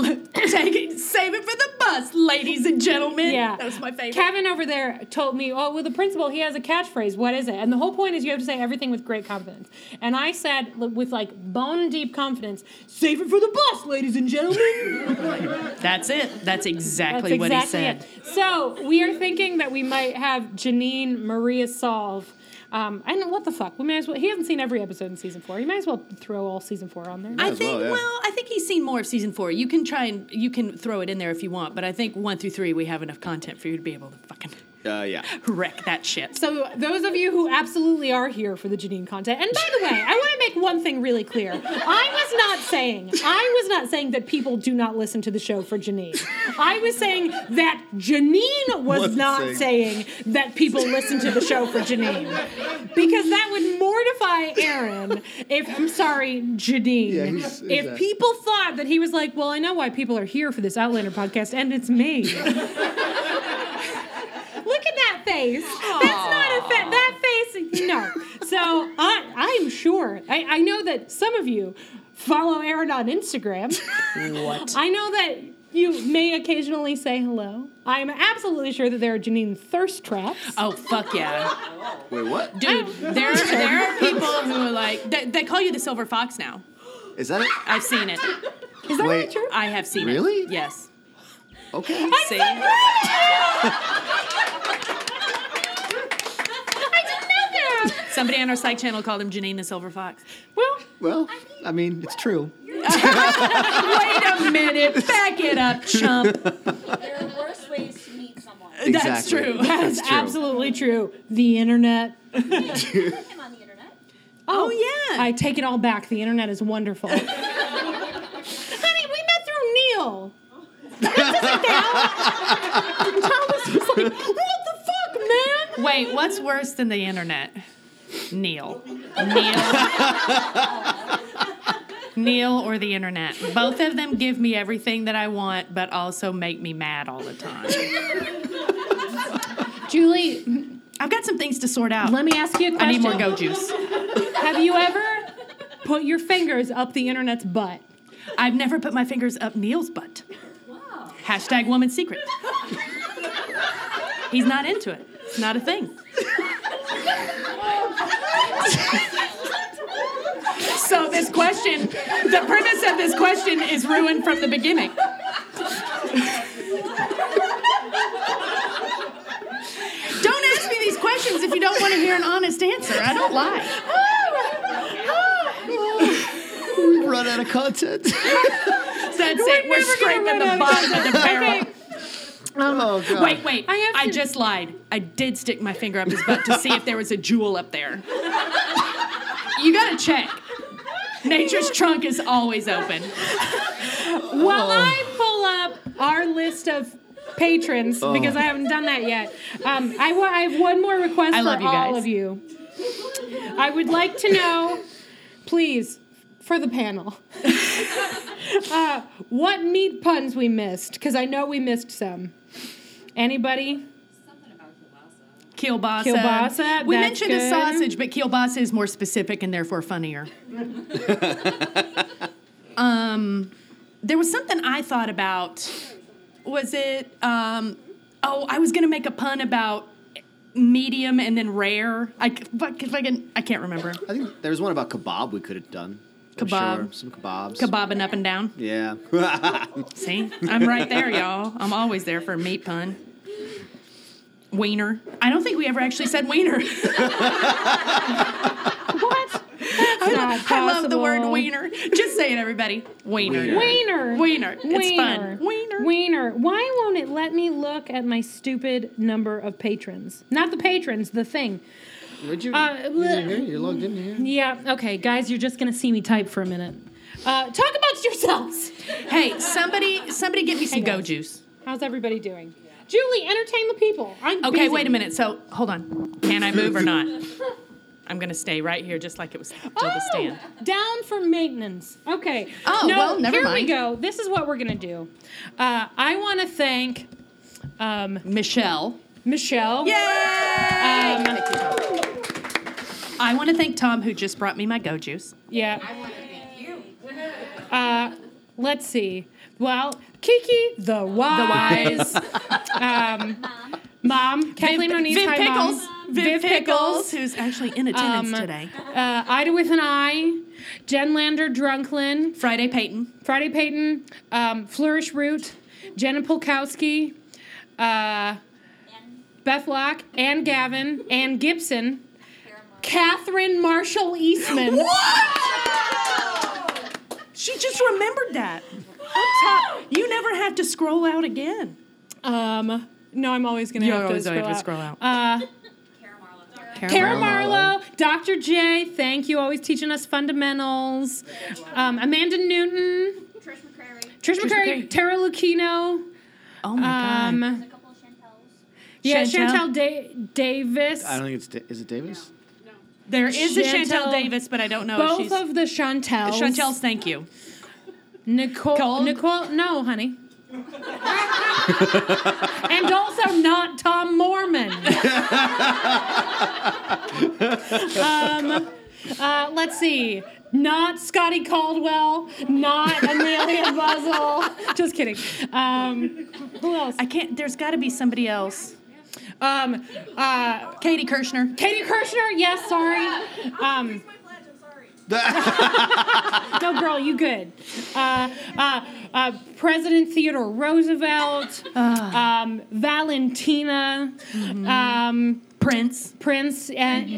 A: Take it, save it for the bus, ladies and gentlemen.
C: Yeah.
A: that was my favorite.
C: Kevin over there told me, oh, well, the principal, he has a catchphrase. What is it? And the whole point is you have to say everything with great confidence. And I said l- with like bone deep confidence, save it for the bus, ladies and gentlemen.
A: That's it. That's exactly
C: That's
A: what he said.
C: it. So we are thinking that we might have Janine Maria solve. Um, and what the fuck? We may as well. He hasn't seen every episode in season four. You might as well throw all season four on there.
A: I
B: as
A: think.
B: well,
A: Well,
B: yeah.
A: I think he's seen more of season four. You can try and you can throw it in there if you want, but I think one through three we have enough content for you to be able to fucking.
F: Uh, yeah.
A: Wreck that shit.
C: So those of you who absolutely are here for the Janine content, and by the way, I want to make one thing really clear. I was not saying, I was not saying that people do not listen to the show for Janine. I was saying that Janine was
B: Wasn't
C: not
B: saying-
C: saying that people listen to the show for Janine. Because that would mortify Aaron if I'm sorry, Janine.
J: Yeah, he's- he's
C: if
J: a-
C: people thought that he was like, well, I know why people are here for this Outlander podcast, and it's me. Look at that face. That's not a fa- that face. No. So I, I'm sure. I, I know that some of you follow Aaron on Instagram. What? I know that you may occasionally say hello. I am absolutely sure that there are Janine thirst traps.
A: Oh fuck yeah,
J: Wait, what?
A: dude! There, there are people who are like they, they call you the silver fox now.
J: Is that it?
A: I've seen it.
C: Is that really
J: wait.
C: true?
A: I have seen it.
J: Really?
A: Yes.
J: Okay.
A: See?
C: I didn't know that.
A: Somebody on our psych channel called him Janine the Silver Fox.
C: Well,
J: Well, I mean, it's true.
A: Wait a minute, back it up, chump.
E: There are worse ways to meet someone.
A: That's
J: Exactly.
A: true.
C: that is absolutely true. The internet.
E: Him on the internet.
A: Oh yeah.
C: I take it all back. The internet is wonderful. Honey, we met through Neil. That doesn't count. Thomas was like, what the fuck, man?
A: Wait, what's worse than the internet? Neil. Neil. Neil or the internet. Both of them give me everything that I want, but also make me mad all the time.
C: Julie,
A: I've got some things to sort out.
C: let me ask you a question.
A: I need more go juice.
C: Have you ever put your fingers up the internet's butt?
A: I've never put my fingers up Neil's butt. Hashtag woman secret. He's not into it. It's not a thing. so this question, the premise of this question is ruined from the beginning. Don't ask me these questions if you don't want to hear an honest answer. I don't
C: Oh,
A: lie.
J: We've run out of content.
A: Oh, That's it. We're scraping the bottom of the barrel.
J: oh god.
A: Wait, wait.
C: I
A: I,
C: have to-
A: just lied. I did stick my finger up his butt to see if there was a jewel up there. you gotta check. Nature's trunk is always open. Oh.
C: While I pull up our list of patrons,
A: Oh.
C: because I haven't done that yet, um, I, wa- I have one more request
A: I
C: for
A: love you
C: all
A: guys.
C: of you. I would like to know, please, for the panel, uh, what meat puns we missed, because I know we missed some. Anybody?
A: Kielbasa.
C: Kielbasa,
A: We
C: that's
A: mentioned
C: good.
A: a sausage, but kielbasa is more specific and therefore funnier. um, there was something I thought about. Was it? Um, oh, I was gonna make a pun about medium and then rare. I c- fuck if I can. I can't remember.
F: I think there was one about kebab we could have done. I'm
A: Kebab.
F: Sure. Some kebabs.
A: Kebobbing up and down.
F: Yeah.
A: See, I'm right there, y'all. I'm always there for a meat pun. Wiener. I don't think we ever actually said wiener.
C: What? That's not
A: I love the word
C: possible.
A: wiener. Just say it, everybody. Wiener.
C: Wiener.
A: Wiener. It's fun.
C: Wiener.
A: Wiener.
C: Wiener. Why won't it let me look at my stupid number of patrons? Not the patrons, the thing.
J: Would you?
C: Uh,
J: you didn't hear? You're logged in here.
C: Yeah, okay, guys, you're just gonna see me type for a minute. Uh, talk amongst yourselves.
A: Hey, somebody, somebody, get me some go juice.
C: How's everybody doing? Julie, entertain the people. I'm
A: Okay,
C: busy.
A: wait a minute. So, hold on. Can I move or not? I'm gonna stay right here, just like it was to the
C: Oh,
A: stand.
C: down for maintenance. Okay.
A: Oh,
C: no,
A: well, never
C: here we
A: mind.
C: go. This is what we're gonna do. Uh, I want to thank um,
A: Michelle.
C: Michelle.
A: Yay!
C: Um,
A: I want to thank Tom who just brought me my go juice.
C: yeah.
D: I want to thank you.
C: Uh, let's see. Well, Kiki, the wise, um, mom, Kathleen Moniz,
A: Viv
C: hi, Mom.
A: Pickles. Viv Pickles, who's actually in attendance
C: Um,
A: today.
C: uh, Ida with an I, Jen Lander, Drunklin,
A: Friday Payton.
C: Friday Payton, um, Flourish Root, Jenna Polkowski, uh, Beth Locke, and Gavin, and Gibson, Catherine Marshall Eastman.
A: She just remembered that. Up top. You never have to scroll out again.
C: Um, No, I'm always going
A: You
C: have to
A: always
C: scroll
A: have to
C: out.
A: scroll out.
C: Uh, Kara
A: Kara
C: Marlowe, Dr. J, thank you, always teaching us fundamentals. Um, Amanda Newton,
G: Trish McCrary.
C: Trish,
A: Trish
C: McCrary,
A: McCrary.
C: Tara Lucchino,
A: Oh my god.
C: um,
G: A couple of Chantels.
C: yeah,
A: Chantel.
C: Chantel da- Davis.
B: I don't think it's da- is it Davis.
A: There is a Chantel
C: Chantel-
A: Davis, but I don't know
C: Both
A: if Oh, she's
C: of the Chantels.
A: Chantel's thank you.
C: Nicole.
A: Cold?
C: Nicole. No, honey. and also not Tom Mormon. um, uh, let's see. Not Scotty Caldwell. Not Amelia Buzzle. Just kidding. Um, who else?
A: I can't there's gotta be somebody else.
C: Um, uh,
A: Katie Kirschner.
C: Katie Kirshner. Yes, sorry. Um,
G: My pledge, I'm sorry.
C: No, girl, you good. Uh, uh, uh, President Theodore Roosevelt,
A: Ah.
C: um, Valentina,
A: Mm-hmm.
C: um,
A: Prince.
C: Prince, and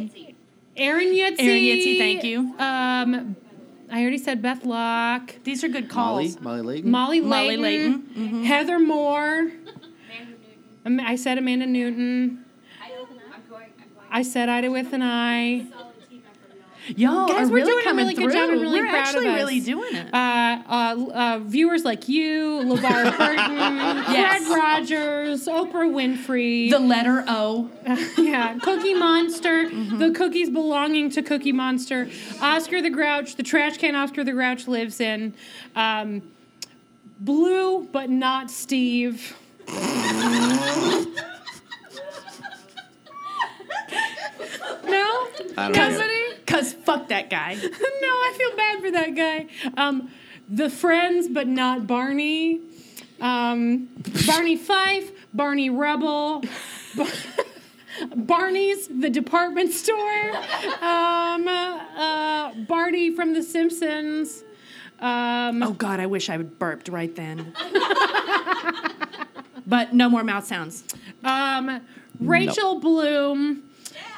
C: Aaron Yetzi.
A: Aaron Yetzi, thank you.
C: Um, I already said Beth Locke,
A: These are good
B: Molly
A: calls.
B: Molly Layton.
C: Molly Layton,
A: Molly Mm-hmm.
C: Heather Moore. Am- I said Amanda Newton. I said Ida with an I.
A: Yo,
C: Guys,
A: are
C: we're
A: really
C: doing a
A: coming
C: really good job. I'm
A: through.
C: really
A: We're
C: proud of
A: actually
C: us.
A: really doing it.
C: uh, uh, uh, viewers like you, LeVar Burton,
A: Yes.
C: Fred Rogers, Oprah Winfrey,
A: the letter O.
C: yeah, Cookie Monster,
F: Mm-hmm.
C: the cookies belonging to Cookie Monster, Oscar the Grouch, the trash can Oscar the Grouch lives in, um, Blue but not Steve. no,
F: I don't know.
C: company.
A: Cause fuck that guy.
C: no, I feel bad for that guy. Um, the friends, but not Barney. Um, Barney Fife, Barney Rebel, Bar- Barney's, the department store, um, uh, Barney from The Simpsons. Um,
A: Oh god, I wish I would burped right then. but no more mouth sounds.
C: um, Rachel Bloom.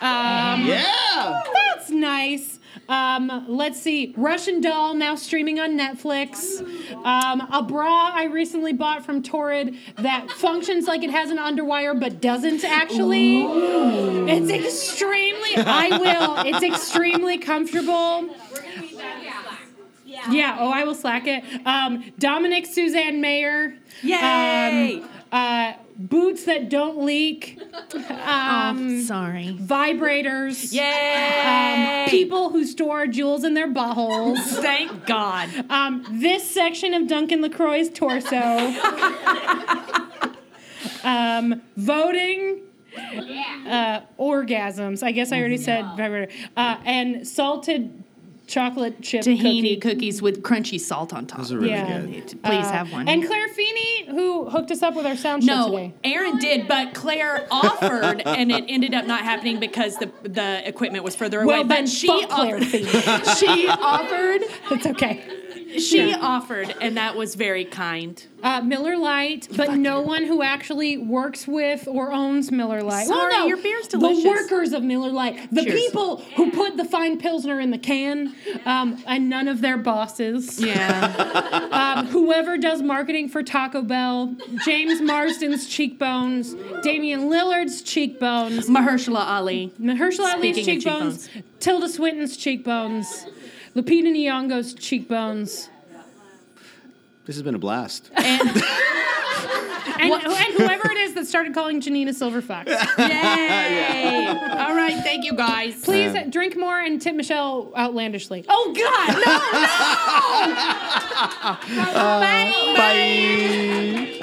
C: Um,
J: Yeah.
C: That's nice. Um, let's see. Russian Doll now streaming on Netflix. Um, a bra I recently bought from Torrid that functions like it has an underwire but doesn't actually. It's extremely. I will. It's extremely comfortable. Yeah. Oh, I will slack it. Um, Dominic Suzanne Mayer.
A: Yay!
C: Um, uh, boots that don't leak. Um,
A: Oh, Sorry.
C: Vibrators.
A: Yay!
C: Um, people who store jewels in their buttholes.
A: Thank God.
C: Um, this section of Duncan LaCroix's torso. um, voting. Uh, orgasms. I guess I already said vibrator. Uh, and salted chocolate chip
A: Tahini
C: cookie.
A: cookies with crunchy salt on top.
B: Those are really
C: Yeah.
B: good.
A: Please
C: Uh,
A: have one.
C: And Claire Feeney, who hooked us up with our sound show
A: no,
C: today.
A: Aaron did, but Claire offered, and it ended up not happening because the the equipment was further away.
C: Well,
A: but
C: then
A: she
C: fuck Claire
A: offered.
C: Feeney.
A: she offered.
C: That's okay.
A: She offered, and that was very kind.
C: Uh, Miller Lite, but no one who actually works with or owns Miller Lite.
A: Sorry,
C: well, no,
A: your beer's delicious.
C: The workers of Miller Lite, the
A: Cheers.
C: people who put the fine pilsner in the can, um, and none of their bosses.
A: Yeah.
C: Um, whoever does marketing for Taco Bell, James Marsden's cheekbones, Damian Lillard's cheekbones,
A: Mahershala Ali.
C: Mahershala Ali's
A: Speaking of
C: cheekbones, Tilda Swinton's cheekbones, Lupita Nyong'o's cheekbones.
B: This has been a blast.
A: And
C: And, and whoever it is that started calling Janina Silver Fox.
A: yay! All right, thank you guys.
C: Please uh, drink more and tip Michelle outlandishly.
A: Oh God, no, no! Bye.
B: Bye.